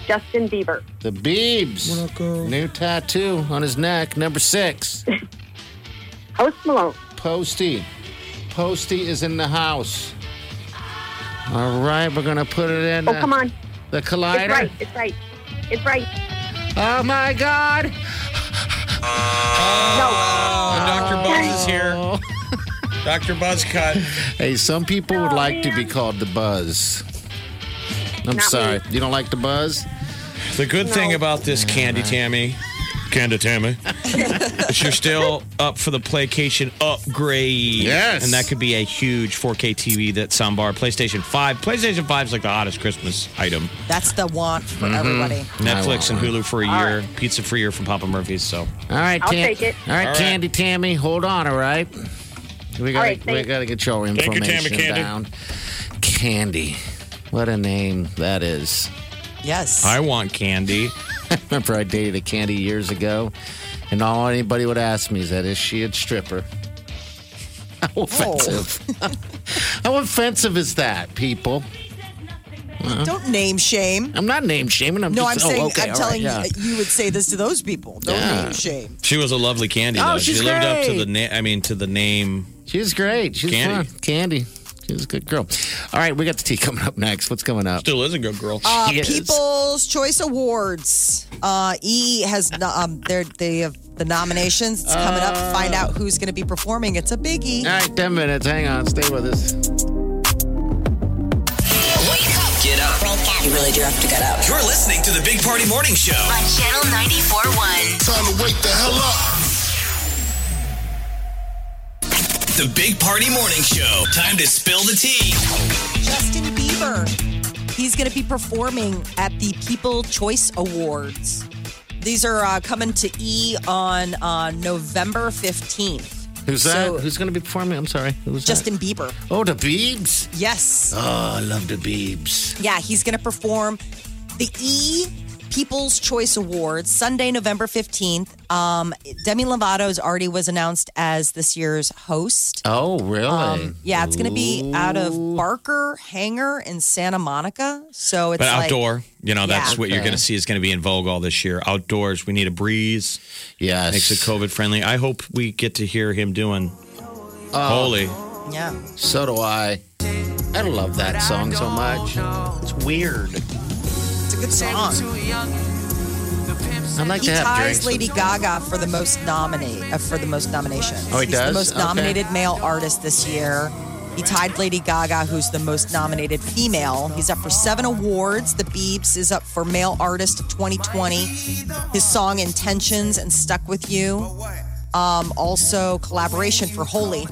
Speaker 6: Justin Bieber.
Speaker 4: the Biebs. New tattoo on his neck. Number
Speaker 6: [LAUGHS]
Speaker 4: six,
Speaker 6: Post Malone.
Speaker 4: Posty. Posty is in the house. All right, we're gonna put it in
Speaker 6: Oh,
Speaker 4: uh,
Speaker 6: come on.
Speaker 4: the
Speaker 6: It's
Speaker 4: collider.
Speaker 6: right. It's right. It's right.
Speaker 4: Oh my God!
Speaker 6: No.
Speaker 2: Oh, Dr. Buzz is here.
Speaker 4: Oh.
Speaker 2: Dr. Buzz cut.
Speaker 4: Hey, some people would
Speaker 6: Oh,
Speaker 4: like to be
Speaker 6: man.
Speaker 4: called the Buzz. I'm
Speaker 6: Not me.
Speaker 4: sorry, you don't like the Buzz?
Speaker 2: The good thing about this Candy Tammy, Candy Tammy, is you're still up for the PlayStation upgrade.
Speaker 4: Yes.
Speaker 2: And that could be a huge 4K TV, that soundbar, PlayStation 5. PlayStation 5 is like the hottest Christmas item.
Speaker 3: That's the want for
Speaker 4: Mm-hmm.
Speaker 3: everybody.
Speaker 2: Netflix and
Speaker 4: one.
Speaker 2: Hulu for a year, pizza for a year from Papa Murphy's. So
Speaker 4: All right,
Speaker 6: I'll
Speaker 4: Tam-
Speaker 6: take it.
Speaker 4: All right,
Speaker 2: All right.
Speaker 4: Candy Tammy, hold on. All right, we got
Speaker 6: right,
Speaker 4: to we
Speaker 6: thank-
Speaker 4: got to get your
Speaker 2: you,
Speaker 4: information
Speaker 2: Tammy Candy.
Speaker 4: down. Candy, what a name that is.
Speaker 3: Yes.
Speaker 2: I want candy.
Speaker 4: Remember, I dated a Candy years ago, And all anybody would ask me is that is she a stripper? [LAUGHS] How
Speaker 6: Oh.
Speaker 4: offensive. [LAUGHS] How offensive is that, people?
Speaker 3: Don't name shame.
Speaker 4: I'm not name shaming. I'm
Speaker 3: No, I'm
Speaker 4: just, oh,
Speaker 3: saying,
Speaker 4: okay,
Speaker 3: I'm
Speaker 4: all
Speaker 3: telling
Speaker 4: right, yeah.
Speaker 3: you, that you would say this to those people. Don't
Speaker 4: Yeah.
Speaker 3: name shame.
Speaker 2: She was a lovely candy.
Speaker 4: Oh,
Speaker 2: though.
Speaker 4: she's
Speaker 2: she lived up to
Speaker 4: great.
Speaker 2: the name. I mean, to the name.
Speaker 4: She's great. She's
Speaker 2: Candy.
Speaker 4: fun. Candy. She's a good girl. All right, we got the tea coming up next. What's coming up?
Speaker 2: Still is a good girl.
Speaker 3: Uh,
Speaker 4: Yes.
Speaker 3: People's Choice Awards. Uh, EE has no- um, they're- they have the nominations It's coming up.
Speaker 4: Uh.
Speaker 3: Find out who's going to be performing. It's a biggie.
Speaker 4: All right, 10 minutes. Hang on. Stay with us.
Speaker 1: Wake up
Speaker 5: Get up.
Speaker 1: You
Speaker 5: really do have to get up. You're listening to the Big Party Morning Show.
Speaker 1: on Channel 94.1.
Speaker 10: Time to wake the hell up.
Speaker 5: The Big Party Morning Show. Time to spill the tea.
Speaker 3: Justin Bieber. He's going to be performing at the People Choice Awards. These are uh, coming to E on uh, November 15th.
Speaker 4: Who's that?
Speaker 3: So-
Speaker 4: Who's going to be performing? I'm sorry. Who's
Speaker 3: Justin Bieber.
Speaker 4: that? Oh, the Beebs.
Speaker 3: Yes.
Speaker 4: Oh, I love the Beebs.
Speaker 3: Yeah, he's going to perform the E People's Choice Awards Sunday, November 15th. Um, Demi Lovato's already was announced as this year's host.
Speaker 4: Oh, really?
Speaker 3: Um, yeah, it's going to be out of Barker Hangar in Santa Monica. So it's
Speaker 2: but
Speaker 3: like-
Speaker 2: outdoor, you know, that's
Speaker 3: Yeah.
Speaker 2: what you're going to see is going to be in vogue all this year. Outdoors, we need a breeze.
Speaker 4: Yes.
Speaker 2: Makes it COVID friendly. I hope we get to hear him doing.
Speaker 4: Oh.
Speaker 2: Holy.
Speaker 3: Yeah.
Speaker 4: So do I. I love that song so much. It's weird.
Speaker 3: It's a good song.
Speaker 4: I'd like
Speaker 3: He
Speaker 4: to have
Speaker 3: ties
Speaker 4: drinks.
Speaker 3: Lady Gaga for the most nominate uh, for the most nominations.
Speaker 4: Oh, he
Speaker 3: He's the
Speaker 4: does?
Speaker 3: most
Speaker 4: Okay.
Speaker 3: nominated male artist this year. He tied Lady Gaga, who's the most nominated female. He's up for seven awards. The Beebs is up for Male Artist of 2020. His song "Intentions" and "Stuck with You," um, also collaboration for Holy.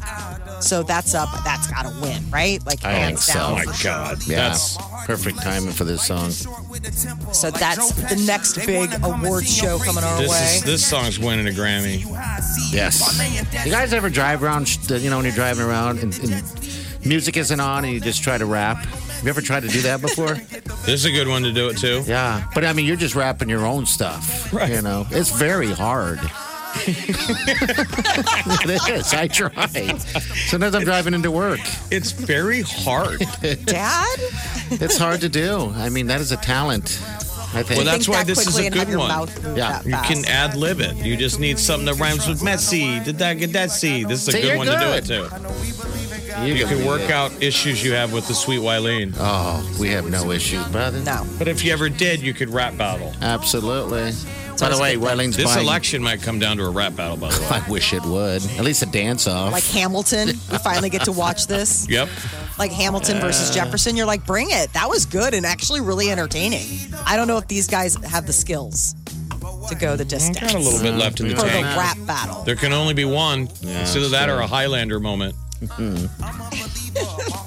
Speaker 3: So that's up. That's got to win, right? Like
Speaker 4: I
Speaker 3: hands
Speaker 4: think so.
Speaker 3: down.
Speaker 2: Oh, my God.
Speaker 4: yeah,
Speaker 2: That's
Speaker 4: perfect timing for this song.
Speaker 3: So that's the next big award show coming our
Speaker 2: this
Speaker 3: way.
Speaker 2: is this song's winning a Grammy.
Speaker 4: Yes. You guys ever drive around? You know, when you're driving around and, and music isn't on and you just try to rap. Have you ever tried to do that before?
Speaker 2: This is a good one to do it too.
Speaker 4: yeah, but I mean, you're just rapping your own stuff.
Speaker 2: Right.
Speaker 4: You know, it's very hard. [LAUGHS] it is. I tried. Sometimes I'm driving into work.
Speaker 2: It's
Speaker 4: [LAUGHS]
Speaker 2: very hard.
Speaker 3: Dad.
Speaker 4: It's hard to do. I mean, that is a talent. I think.
Speaker 2: Well, that's
Speaker 3: think
Speaker 2: why
Speaker 3: that
Speaker 2: this is
Speaker 3: quickly
Speaker 2: a
Speaker 3: and have
Speaker 2: good
Speaker 3: your
Speaker 2: one.
Speaker 3: mouth move
Speaker 4: Yeah.
Speaker 3: that
Speaker 2: You can
Speaker 3: fast.
Speaker 2: ad lib it. You just need something that rhymes with messy. Did that get that see? This is a
Speaker 4: See,
Speaker 2: good
Speaker 4: you're
Speaker 2: one
Speaker 4: good.
Speaker 2: to do it too. You
Speaker 4: you're gonna
Speaker 2: can
Speaker 4: be
Speaker 2: work
Speaker 4: good.
Speaker 2: out issues you have with the sweet Wileen.
Speaker 4: Oh, we have no issue, brother.
Speaker 3: No.
Speaker 2: But if you ever did, you could rap battle.
Speaker 4: Absolutely. By the way, Welling's
Speaker 2: This
Speaker 4: buying.
Speaker 2: election might come down to a rap battle, by
Speaker 4: [LAUGHS]
Speaker 2: the way.
Speaker 4: I wish it would. At least a dance off.
Speaker 3: Like
Speaker 2: [LAUGHS]
Speaker 3: Hamilton, we finally get to watch this.
Speaker 2: Yep.
Speaker 3: Like Hamilton versus Jefferson, you're like, bring it. That was good and actually really entertaining. I don't know if these guys have the skills to go the distance
Speaker 2: Got a little bit left in the
Speaker 3: for the
Speaker 2: tank.
Speaker 3: rap battle.
Speaker 2: There can only be one. it's either that or a Highlander moment.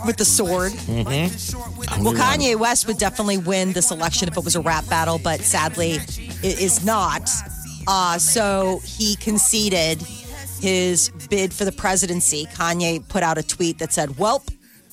Speaker 3: with the sword. Well, Kanye West would definitely win this election if it was a rap battle, but sadly, it is not. Uh, so he conceded his bid for the presidency. Kanye put out a tweet that said, Welp,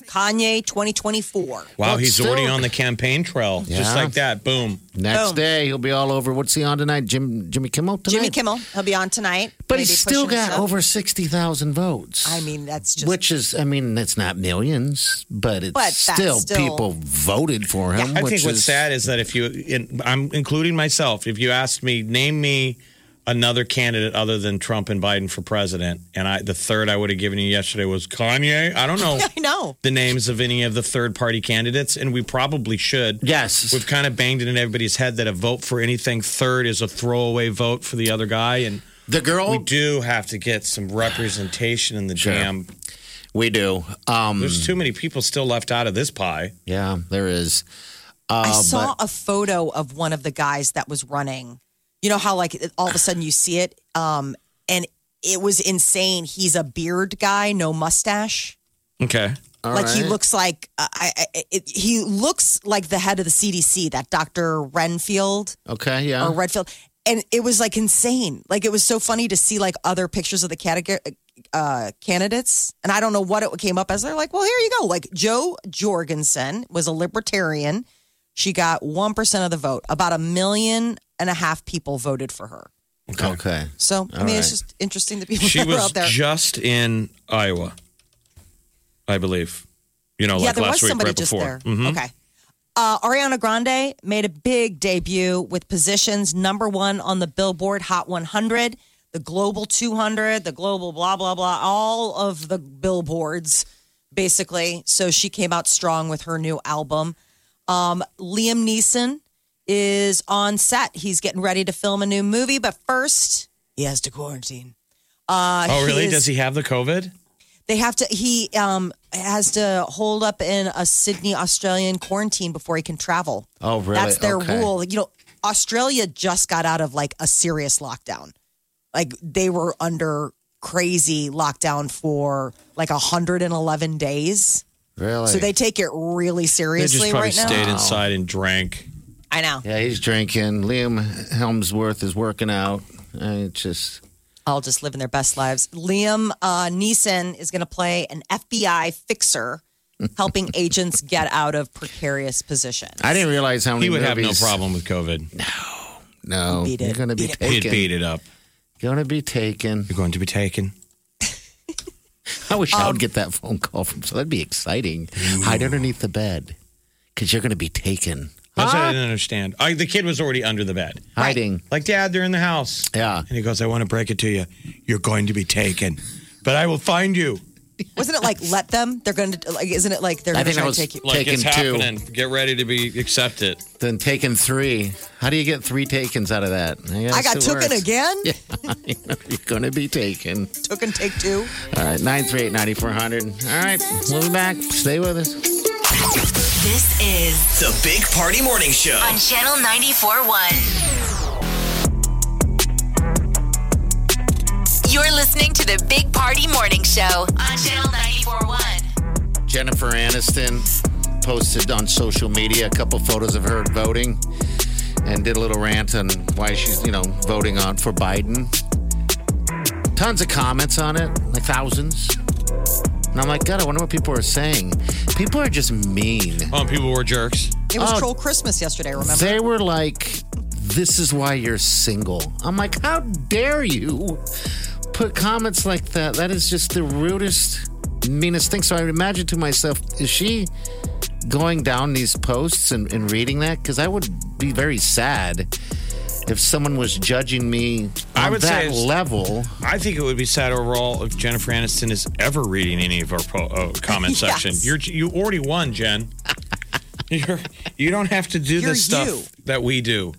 Speaker 3: Kanye 2024.
Speaker 2: Wow,
Speaker 4: Well,
Speaker 2: he's already
Speaker 4: still-
Speaker 2: on the campaign trail. Just
Speaker 4: Yeah.
Speaker 2: like that. Boom.
Speaker 4: Next
Speaker 3: Boom.
Speaker 4: day, he'll be all over. What's he on tonight? Jim Jimmy Kimmel tonight?
Speaker 3: Jimmy Kimmel, he'll be on tonight.
Speaker 4: But
Speaker 3: Maybe
Speaker 4: he's still
Speaker 3: pushing
Speaker 4: got
Speaker 3: stuff.
Speaker 4: over 60,000 votes.
Speaker 3: I mean, that's just.
Speaker 4: which is, I mean, it's not millions, but it's
Speaker 3: But that's
Speaker 4: still,
Speaker 3: still-
Speaker 4: people voted for him.
Speaker 2: I
Speaker 4: which
Speaker 2: think what's
Speaker 4: is,
Speaker 2: sad is that if you, in, I'm including myself, if you asked me, name me another candidate other than Trump and Biden for president, and I, the third I would have given you yesterday was Kanye. I
Speaker 4: [LAUGHS]
Speaker 2: don't know
Speaker 3: [LAUGHS] I know.
Speaker 2: the names of any of the third party candidates, and we probably should.
Speaker 4: Yes.
Speaker 2: We've kind of banged it in everybody's head that a vote for anything third is a throwaway vote for the other guy, and
Speaker 4: the girl?
Speaker 2: we do have to get some representation in the
Speaker 4: Sure.
Speaker 2: jam.
Speaker 4: We do. Um,
Speaker 2: There's too many people still left out of this pie.
Speaker 4: yeah, there is.
Speaker 3: I
Speaker 4: Uh,
Speaker 3: saw a photo of one of the guys that was running. You know how like all of a sudden you see it, um, and it was insane. He's a beard guy, no mustache.
Speaker 2: Okay.
Speaker 4: All
Speaker 3: like he
Speaker 4: right.
Speaker 3: looks like uh, I, I, it, he looks like the head of the CDC, that Dr. Renfield
Speaker 4: Okay, yeah.
Speaker 2: Uh-huh.
Speaker 3: or Redfield, and it was like insane. Like it was so funny to see like other pictures of the category. Uh, candidates, and I don't know what it came up as. They're like, well, here you go. Like Joe Jorgensen was a libertarian. She got one percent of the vote. About a million and a half people voted for her.
Speaker 4: Okay.
Speaker 3: So I
Speaker 2: All
Speaker 3: mean, it's
Speaker 2: right.
Speaker 3: just interesting [LAUGHS] that people
Speaker 2: She
Speaker 3: are
Speaker 2: was
Speaker 3: out there.
Speaker 2: just in Iowa, I believe. You know,
Speaker 3: yeah,
Speaker 2: like
Speaker 3: there
Speaker 2: last
Speaker 3: was
Speaker 2: week,
Speaker 3: somebody
Speaker 2: right
Speaker 3: just
Speaker 2: before.
Speaker 3: there.
Speaker 2: Mhm.
Speaker 3: Okay. Uh, Ariana Grande made a big debut with positions number one on the Billboard Hot 100, the Global 200, the Global blah, blah, blah, all of the billboards, basically. So she came out strong with her new album. Um, Liam Neeson is on set. He's getting ready to film a new movie, but first, he has to quarantine. Uh,
Speaker 2: oh, really?
Speaker 3: is-
Speaker 2: Does he have the COVID?
Speaker 3: they have to. He um has to hold up in a Sydney Australian quarantine before he can travel.
Speaker 4: Oh, really?
Speaker 3: That's their
Speaker 4: Okay.
Speaker 3: rule. You know, Australia just got out of like a serious lockdown. Like they were under crazy lockdown for like 111 days.
Speaker 4: Really?
Speaker 3: So they take it really
Speaker 2: They just
Speaker 3: seriously
Speaker 2: probably
Speaker 3: right now.
Speaker 2: stayed inside and drank.
Speaker 3: I know.
Speaker 4: Yeah, he's drinking. Liam Helmsworth is working out. I just
Speaker 3: all just living their best lives. Liam uh, Neeson is going to play an FBI fixer, helping agents get out of precarious positions.
Speaker 4: I didn't realize how many
Speaker 2: He would have no
Speaker 4: movies-
Speaker 2: problem with COVID.
Speaker 4: No,
Speaker 3: Beat it.
Speaker 4: you're going to be
Speaker 3: Beat it.
Speaker 2: He'd
Speaker 4: taken.
Speaker 2: beat it up.
Speaker 4: Going to be taken.
Speaker 2: You're going to be taken.
Speaker 4: I wish
Speaker 3: Um,
Speaker 4: I would get that phone call from. So that'd be exciting. Hide underneath the bed because you're going to be taken.
Speaker 2: That's what I didn't understand. I, the kid was already under the bed.
Speaker 4: Hiding.
Speaker 2: Like, Dad, they're in the house.
Speaker 4: Yeah.
Speaker 2: And he goes, I want to break it to you. You're going to be taken, but I will find you.
Speaker 3: Wasn't it like let them? They're going to like. Isn't it like they're
Speaker 4: I
Speaker 3: going to
Speaker 4: think that was
Speaker 3: try to take you?
Speaker 2: Like,
Speaker 4: taken
Speaker 2: it's
Speaker 4: two.
Speaker 2: happening. Get ready to be accepted.
Speaker 4: Then taken three. How do you get three takens out of that? I, guess
Speaker 3: I got
Speaker 4: it
Speaker 3: took
Speaker 4: works.
Speaker 3: it again.
Speaker 4: You're going to be taken.
Speaker 3: Took and take two.
Speaker 4: All right, 938 9400. All right, we'll be back. Stay with us.
Speaker 1: This is
Speaker 5: The Big Party Morning Show.
Speaker 1: on Channel 94.1. You're listening to the Big Party Morning Show on Channel 94.1.
Speaker 4: Jennifer Aniston posted on social media a couple photos of her voting and did a little rant on why she's, you know, voting on for Biden. Tons of comments on it, like thousands. And I'm like, God, I wonder what people are saying. People are just mean.
Speaker 2: Oh, and people were jerks.
Speaker 3: It was
Speaker 4: Oh.
Speaker 3: troll Christmas yesterday. Remember?
Speaker 4: They were like, this is why you're single. I'm like, how dare you put comments like that? That is just the rudest, meanest thing. So I imagine to myself, is she going down these posts and, and reading that? Because I would be very sad if someone was judging me on
Speaker 2: I would say
Speaker 4: that
Speaker 2: it's-
Speaker 4: level.
Speaker 2: I think it would be sad overall if Jennifer Aniston is ever reading any of our po- uh, comment
Speaker 3: [LAUGHS] Yes.
Speaker 2: section. You're you already won,
Speaker 3: [LAUGHS]
Speaker 2: Jen. You're, you don't have to do
Speaker 3: You're
Speaker 2: this stuff
Speaker 3: you.
Speaker 2: that we do.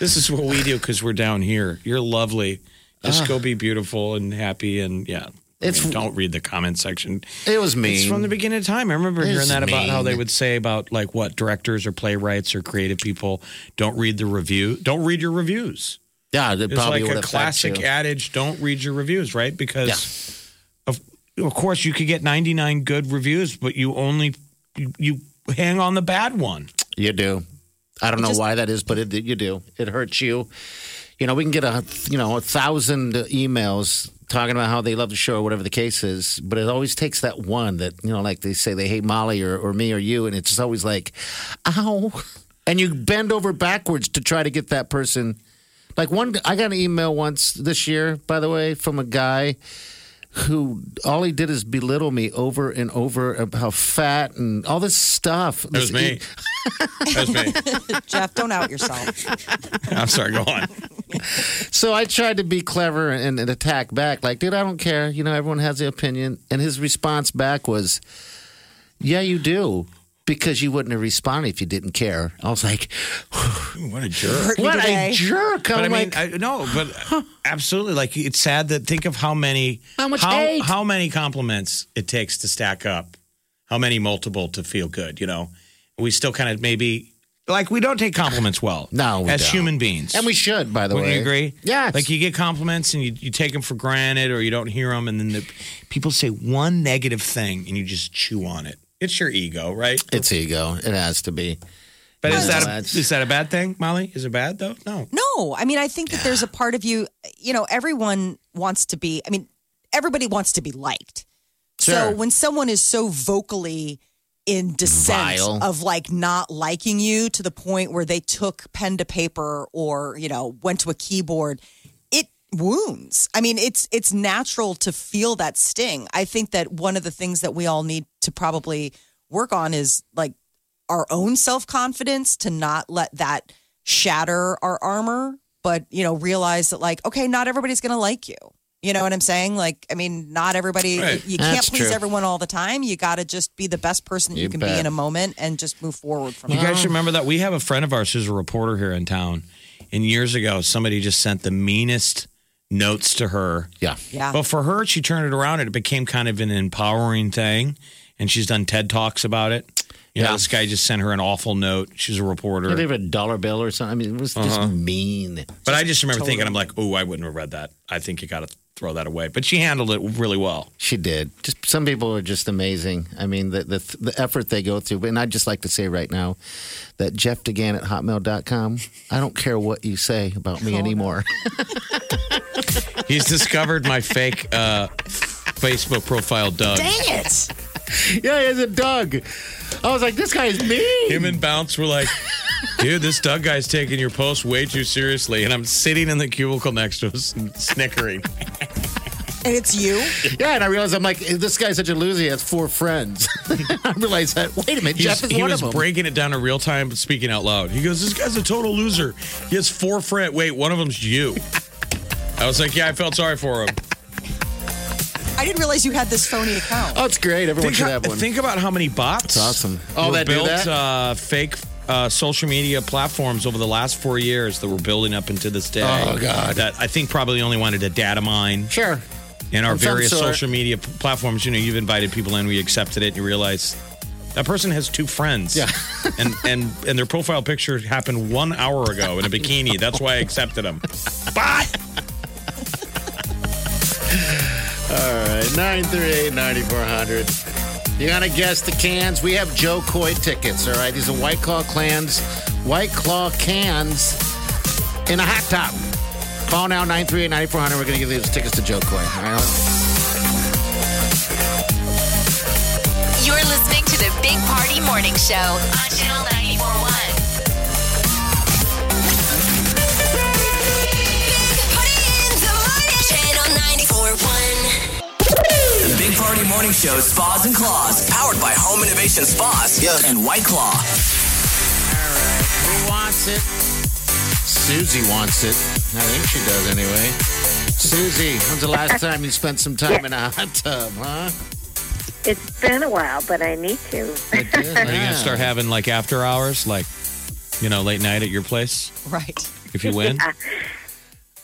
Speaker 2: This is what we do because we're down here. You're lovely. Just go be beautiful and happy and yeah. I
Speaker 4: It's-
Speaker 2: mean, don't read the comment section.
Speaker 4: It was mean.
Speaker 2: It's from the beginning of time. I remember hearing
Speaker 4: It's
Speaker 2: that about how they
Speaker 4: mean.
Speaker 2: would say about like what directors or playwrights or creative people don't read the review. Don't read your reviews.
Speaker 4: yeah, it
Speaker 2: It's
Speaker 4: probably
Speaker 2: like
Speaker 4: would
Speaker 2: a
Speaker 4: affect
Speaker 2: classic
Speaker 4: you.
Speaker 2: adage: don't read your reviews, right? Because of of course you could get ninety nine good reviews, but you only you, you hang on the bad one.
Speaker 4: You do. I don't know why that is, but it, you do. It hurts you. You know, we can get a you know a thousand emails talking about how they love the show or whatever the case is, but it always takes that one that you know, like they say they hate Molly or, or me or you, and it's just always like, ow, and you bend over backwards to try to get that person. Like one, I got an email once this year, by the way, from a guy who all he did is belittle me over and over about how fat and all this stuff.
Speaker 2: That was
Speaker 4: This- e-
Speaker 2: me. That was me.
Speaker 3: [LAUGHS] Jeff, don't out yourself.
Speaker 2: [LAUGHS] I'm sorry. Go on.
Speaker 4: So I tried to be clever and, and attack back, like, dude, I don't care. You know, everyone has their opinion. And his response back was, yeah, you do. Because you wouldn't have responded if you didn't care. I was like,
Speaker 2: What a jerk.
Speaker 4: what
Speaker 3: today.
Speaker 4: a jerk. I'm
Speaker 2: But I mean,
Speaker 4: like,
Speaker 2: I, no, but absolutely. Like it's sad that think of how many
Speaker 4: How much
Speaker 2: how,
Speaker 4: hate.
Speaker 2: how many compliments it takes to stack up, how many multiple to feel good. You know, we still kind of maybe like we don't take compliments well.
Speaker 4: No, we
Speaker 2: as
Speaker 4: don't.
Speaker 2: human beings,
Speaker 4: and we should, by the
Speaker 2: Wouldn't
Speaker 4: way.
Speaker 2: you agree?
Speaker 4: Yeah.
Speaker 2: Like you get compliments and you, you take them for granted or you don't hear them. And then the, people say one negative thing and you just chew on it. It's your ego, right?
Speaker 4: it's ego. It has to be.
Speaker 2: But is
Speaker 4: Yeah,
Speaker 2: that, a,
Speaker 4: that's-
Speaker 2: is that a bad thing, Molly? Is it bad though? No.
Speaker 3: No, I mean, I think that there's a part of you, you know, everyone wants to be, I mean, everybody wants to be liked. So
Speaker 4: Sure.
Speaker 3: when someone is so vocally in dissent
Speaker 4: Vile.
Speaker 3: of like not liking you to the point where they took pen to paper or, you know, went to a keyboard, it wounds. I mean, it's it's natural to feel that sting. I think that one of the things that we all need to probably work on is like our own self-confidence to not let that shatter our armor, but you know, realize that like okay, not everybody's going to like you. You know what I'm saying? Like I mean, not everybody
Speaker 8: Right.
Speaker 3: you can't
Speaker 8: That's
Speaker 3: please
Speaker 8: true.
Speaker 3: everyone all the time. You got to just be the best person you,
Speaker 2: You
Speaker 3: can be
Speaker 2: bet.
Speaker 3: in a moment and just move forward from
Speaker 2: You
Speaker 3: there.
Speaker 2: guys should remember that we have a friend of ours who's a reporter here in town, and years ago somebody just sent the meanest notes to her.
Speaker 4: Yeah,
Speaker 3: Yeah.
Speaker 2: But for her, she turned it around, and it became kind of an empowering thing, and she's done TED talks about it. You know, this guy just sent her an awful note. She's a reporter.
Speaker 4: Did they have a dollar bill or something? I mean, it was just
Speaker 2: Uh-huh.
Speaker 4: mean.
Speaker 2: But I just remember thinking, I'm like, oh, I wouldn't have read that. I think you got to throw that away. But she handled it really well.
Speaker 4: She did. Just some people are just amazing. I mean, the the, the effort they go through. And I'd just like to say right now that Jeff DeGan at hotmail.com, I don't care what you say about me anymore.
Speaker 2: He's discovered my fake uh, Facebook profile, Doug.
Speaker 4: it. yeah, he has a Doug. I was like, this guy is mean.
Speaker 2: Him and Bounce were like, dude, this Doug guy's taking your post way too seriously. And I'm sitting in the cubicle next to us snickering.
Speaker 3: And
Speaker 4: [LAUGHS]
Speaker 3: it's you?
Speaker 4: Yeah, and I realized I'm like, this guy's such a loser. He has four friends. [LAUGHS] I realized that, wait a minute,
Speaker 2: He's-
Speaker 4: Jeff is
Speaker 2: he
Speaker 4: one
Speaker 2: was
Speaker 4: of them.
Speaker 2: breaking it down in real time, but speaking out loud. He goes, This guy's a total loser. He has four friends. Wait, one of them's you. I was like, Yeah, I felt sorry for him.
Speaker 3: I didn't realize you had this phony account.
Speaker 4: Oh, it's great. Everyone
Speaker 2: think,
Speaker 4: should
Speaker 2: how-
Speaker 4: have one.
Speaker 2: Think about how many bots.
Speaker 4: It's awesome.
Speaker 2: Oh,
Speaker 4: Oh,
Speaker 2: were
Speaker 4: that do
Speaker 2: built
Speaker 4: that?
Speaker 2: Uh, fake uh, social media platforms over the last four years that we're building up into this day.
Speaker 4: Oh, God.
Speaker 2: That I think probably only wanted to data mine.
Speaker 4: Sure.
Speaker 2: In our
Speaker 4: Of some
Speaker 2: various
Speaker 4: sort.
Speaker 2: social media p- platforms, you know, you've invited people in, we accepted it, and you realize that person has two friends. Yeah. [LAUGHS] and and and their profile picture happened one hour ago in a bikini. That's why I accepted them. Bye.
Speaker 4: All right, 938 9400. You're going to guess the cans. We have Joe Coy tickets, all right? These are White Claw clans, White Claw cans in a hot top. Call now 938 9400. We're going to give these tickets to Joe Coy. All right?
Speaker 1: You're listening to the Big Party Morning Show on Channel 941.
Speaker 8: Channel 94.1.
Speaker 5: The Big Party Morning Show, Spas and Claws, powered by Home Innovation Spas and White Claw.
Speaker 4: Who wants it? Susie wants it. I think she does anyway. Susie, when's the last time you spent some time in a hot tub, huh?
Speaker 9: It's been a while, but I need to. [LAUGHS]
Speaker 2: [LAUGHS] Are you gonna start having like after hours, like you know, late night at your place?
Speaker 3: Right.
Speaker 2: If you win.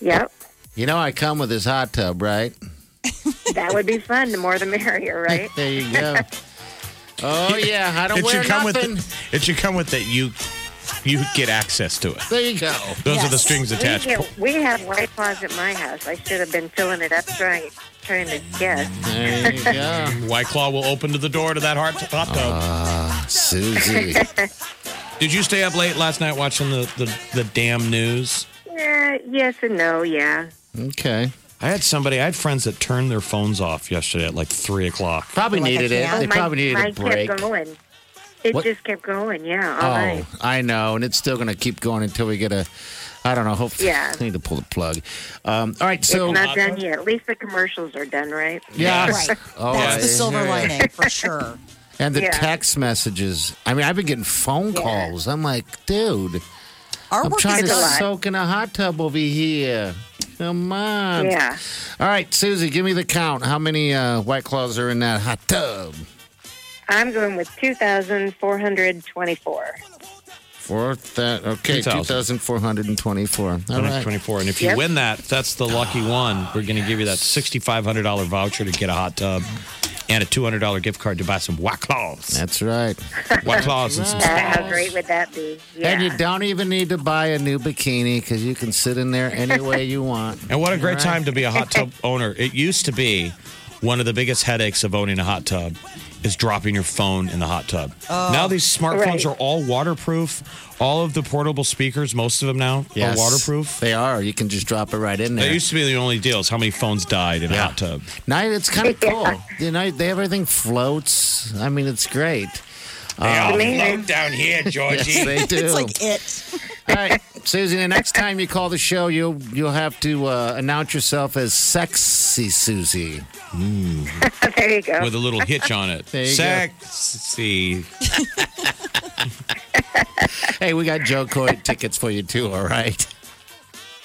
Speaker 9: Yep.
Speaker 4: You know, I come with this hot tub, right?
Speaker 9: That would be fun. The more the merrier, right?
Speaker 4: There you go.
Speaker 2: [LAUGHS]
Speaker 4: Oh yeah, I don't
Speaker 2: it
Speaker 4: wear
Speaker 2: should come
Speaker 4: nothing.
Speaker 2: With, it should come with that you you get access to it.
Speaker 4: There you go.
Speaker 2: Those are the strings attached.
Speaker 9: We, get, we have white claws at my house. I should have been filling it up trying trying to guess.
Speaker 4: There you go.
Speaker 2: White Claw will open to the door to that hot hot tub.
Speaker 4: Ah, Susie.
Speaker 2: Did you stay up late last night watching the, the, the damn news?
Speaker 9: Eh, yes and no, yeah.
Speaker 4: Okay.
Speaker 2: I had somebody, I had friends that turned their phones off yesterday at like 3 o'clock.
Speaker 4: Probably needed it.
Speaker 9: Oh,
Speaker 4: They
Speaker 9: my-
Speaker 4: probably needed a
Speaker 9: mine
Speaker 4: break.
Speaker 9: kept going. It
Speaker 4: What?
Speaker 9: just kept going, yeah, all
Speaker 4: Oh,
Speaker 9: night.
Speaker 4: I know, and it's still going to keep going until we get a. I don't know. Hopefully,
Speaker 9: Yeah.
Speaker 4: I need to pull the plug. Um, all right, so
Speaker 9: it's not done yet. At least the commercials are done, right?
Speaker 4: yeah,
Speaker 3: Right.
Speaker 4: Oh,
Speaker 3: That's
Speaker 4: I-
Speaker 3: the silver lining for sure.
Speaker 4: And the
Speaker 9: Yeah.
Speaker 4: text messages. I mean, I've been getting phone calls. I'm like, dude,
Speaker 3: Our
Speaker 4: I'm
Speaker 3: work
Speaker 4: trying
Speaker 3: is
Speaker 4: to
Speaker 9: Oh, a lot.
Speaker 4: soak in a hot tub over here. Come on.
Speaker 9: Yeah.
Speaker 4: All right, Susie, give me the count. How many uh, white claws are in that hot tub?
Speaker 9: I'm going with 2,424.
Speaker 4: Four that okay, two
Speaker 2: 2,000.
Speaker 4: thousand four hundred and twenty-four. All right.
Speaker 2: 24. And if you
Speaker 9: Yep.
Speaker 2: win that, that's the lucky one. We're going to give you that $6,500 voucher to get a hot tub and a $200 gift card to buy some White Claws.
Speaker 4: That's right.
Speaker 2: White Claws and some
Speaker 9: Uh, how
Speaker 2: spas.
Speaker 9: great would that be? Yeah.
Speaker 4: And you don't even need to buy a new bikini because you can sit in there any way you want.
Speaker 2: [LAUGHS] And what a great
Speaker 4: Right.
Speaker 2: time to be a
Speaker 9: [LAUGHS]
Speaker 2: hot tub owner. It used to be one of the biggest headaches of owning a hot tub is dropping your phone in the hot tub. now these smartphones
Speaker 9: Oh, Right.
Speaker 2: are all waterproof. All of the portable speakers, most of them now
Speaker 4: Yes.
Speaker 2: are waterproof.
Speaker 4: They are. You can just drop it right in
Speaker 2: That
Speaker 4: there.
Speaker 2: used to be the only deal is how many phones died in a
Speaker 4: Yeah.
Speaker 2: hot tub.
Speaker 4: Now it's
Speaker 9: [LAUGHS]
Speaker 4: kind of cool. You know, they everything floats. I mean, it's great.
Speaker 2: They all
Speaker 9: Amazing.
Speaker 2: float down here,
Speaker 9: [LAUGHS]
Speaker 2: Georgie.
Speaker 4: Yes, Uh, they do.
Speaker 3: It's like it.
Speaker 4: All right, Susie. The next time you call the show, you'll you'll have to uh, announce yourself as sexy Susie.
Speaker 9: [LAUGHS] there you go.
Speaker 2: with a little hitch on it.
Speaker 4: There you go.
Speaker 2: Sexy.
Speaker 4: Hey, we got Joe Coy
Speaker 9: [LAUGHS]
Speaker 4: tickets for you too. All right.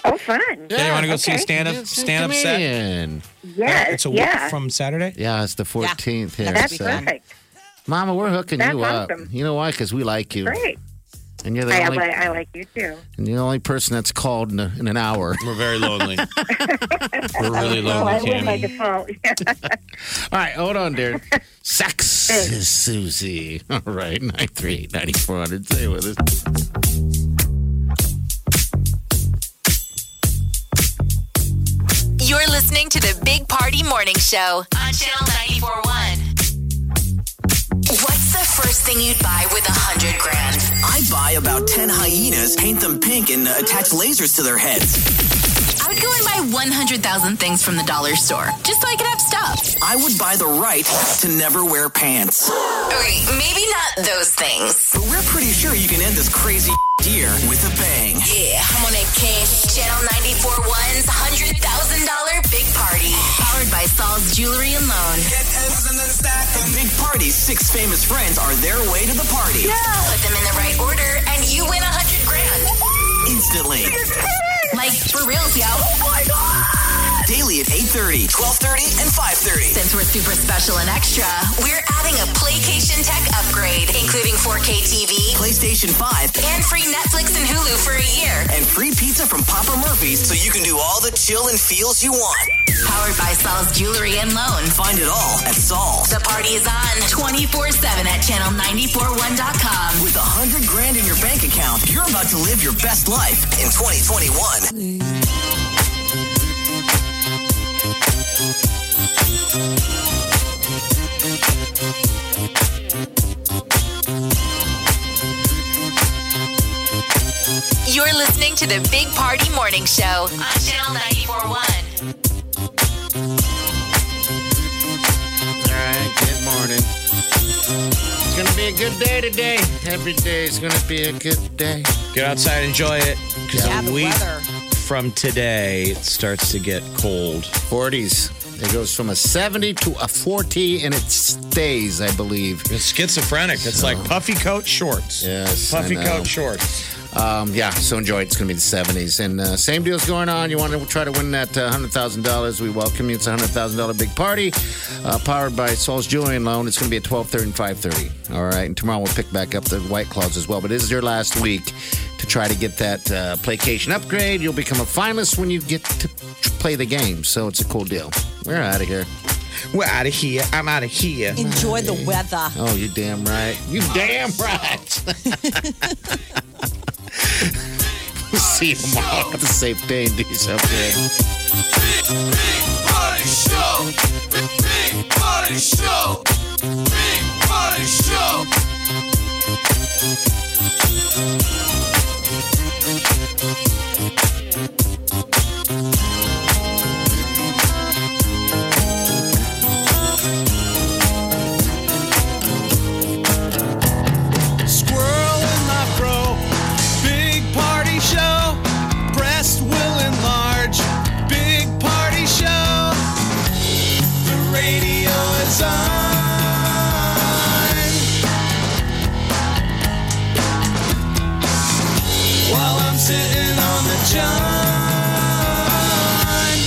Speaker 9: Oh, fun.
Speaker 2: Yeah, you want to go see a stand up stand up set?
Speaker 4: Comedian.
Speaker 9: Yes.
Speaker 2: It's a week
Speaker 9: yeah.
Speaker 2: from Saturday.
Speaker 4: Yeah, it's the 14th here.
Speaker 9: That's
Speaker 4: so-
Speaker 9: perfect.
Speaker 4: Mama, we're hooking
Speaker 9: That's
Speaker 4: you up.
Speaker 9: awesome.
Speaker 4: You know why? Because we like you,
Speaker 9: Great.
Speaker 4: and you're the
Speaker 9: I,
Speaker 4: only
Speaker 9: I, I like you too.
Speaker 4: and you're the only person that's called in, a, in an hour.
Speaker 2: We're very
Speaker 9: [LAUGHS]
Speaker 2: lonely. We're
Speaker 9: Oh, I
Speaker 2: really lonely,
Speaker 9: will by [LAUGHS]
Speaker 2: Tammy.
Speaker 9: default.
Speaker 4: All right, hold on, dear. Sex is Susie. [LAUGHS] All right, 938 9400. Stay with us.
Speaker 1: You're listening to the Big Party Morning Show on Channel 941. What's the first thing you'd buy with a hundred grand?
Speaker 5: I buy about 10 hyenas, paint them pink, and uh, attach lasers to their heads.
Speaker 1: I would go and buy 100,000 things from the dollar store just so I could have stuff.
Speaker 5: I would buy the right to never wear pants.
Speaker 1: Okay, maybe not those things.
Speaker 5: But we're pretty sure you can end this crazy [LAUGHS] year with a bang.
Speaker 1: Yeah, I'm on a cash. Channel 941's $100,000 Big Party. Powered by Saul's Jewelry and Loan.
Speaker 5: The big party's six famous friends are their way to the party
Speaker 1: Put them in the right order and you win 100 grand.
Speaker 5: instantly.
Speaker 1: Like, for reals, yo.
Speaker 5: Oh Daily at 8.30, 12.30, and 5.30.
Speaker 1: Since we're super special and extra, we're adding a Playcation Tech upgrade, including 4K TV
Speaker 5: PlayStation 5
Speaker 1: and free Netflix and Hulu for a year.
Speaker 5: and free pizza from Papa Murphy's so you can do all the chill and feels you want.
Speaker 1: Powered by Saul's Jewelry and Loan.
Speaker 5: Find it all at Saul's.
Speaker 1: The party is on 24 7 at channel941.com.
Speaker 5: With a hundred grand in your bank account, you're about to live your best life in 2021.
Speaker 1: You're listening to the Big Party Morning Show on channel 941.
Speaker 4: All right, good morning. It's going to be a good day today. Every day is going to be a good day.
Speaker 2: Get outside, enjoy it. Because
Speaker 3: Yeah,
Speaker 2: a
Speaker 3: the
Speaker 2: week
Speaker 3: weather.
Speaker 2: from today, it starts to get cold.
Speaker 4: 40s. It goes from a 70 to a 40, and it stays, I believe.
Speaker 2: It's schizophrenic. It's like puffy coat shorts.
Speaker 4: Yes, I
Speaker 2: Puffy
Speaker 4: know.
Speaker 2: coat shorts.
Speaker 4: Um, yeah, so enjoy. it. It's going to be the 70s. And uh, same deal's going on. You want to try to win that uh, $100,000. We welcome you. It's a $100,000 big party uh, powered by Saul's Jewelry and Loan. It's going to be at 1230 and 530. All right. And tomorrow we'll pick back up the White Claws as well. But this is your last week to try to get that uh, Playcation upgrade. You'll become a finalist when you get to play the game. So it's a cool deal. We're out of here.
Speaker 2: We're out of here. I'm out of here.
Speaker 3: Enjoy the weather.
Speaker 4: Oh, you damn right. You damn right. [LAUGHS] We'll See you tomorrow. Have a safe day and do yourself good.
Speaker 11: Squirrel in my fro. Big party show. Breast will enlarge. Big party show. The radio is on. While I'm sitting on the john.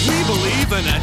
Speaker 11: We believe in a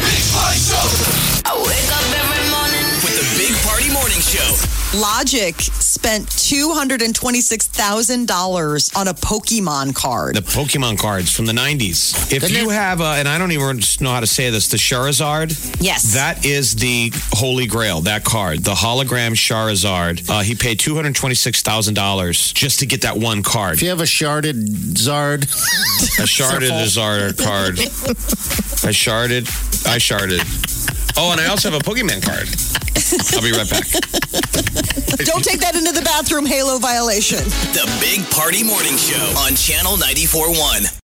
Speaker 11: Big party show.
Speaker 1: I wake up every morning
Speaker 5: With the Big Party Morning Show.
Speaker 3: Logic spent $226,000 on a Pokemon card.
Speaker 2: The Pokemon cards from the 90s. If you have, uh, and I don't even know how to say this, the Charizard.
Speaker 3: Yes.
Speaker 2: That is the holy grail, that card, the hologram Charizard. Uh, he paid $226,000 just to get that one card.
Speaker 4: If you have a sharded Zard,
Speaker 2: A sharded Zard card. I sharded. I sharded. Oh, and I also have a Pokemon card. I'll be right back.
Speaker 3: Don't take that into the bathroom, Halo violation.
Speaker 5: The Big Party Morning Show on Channel 94.1.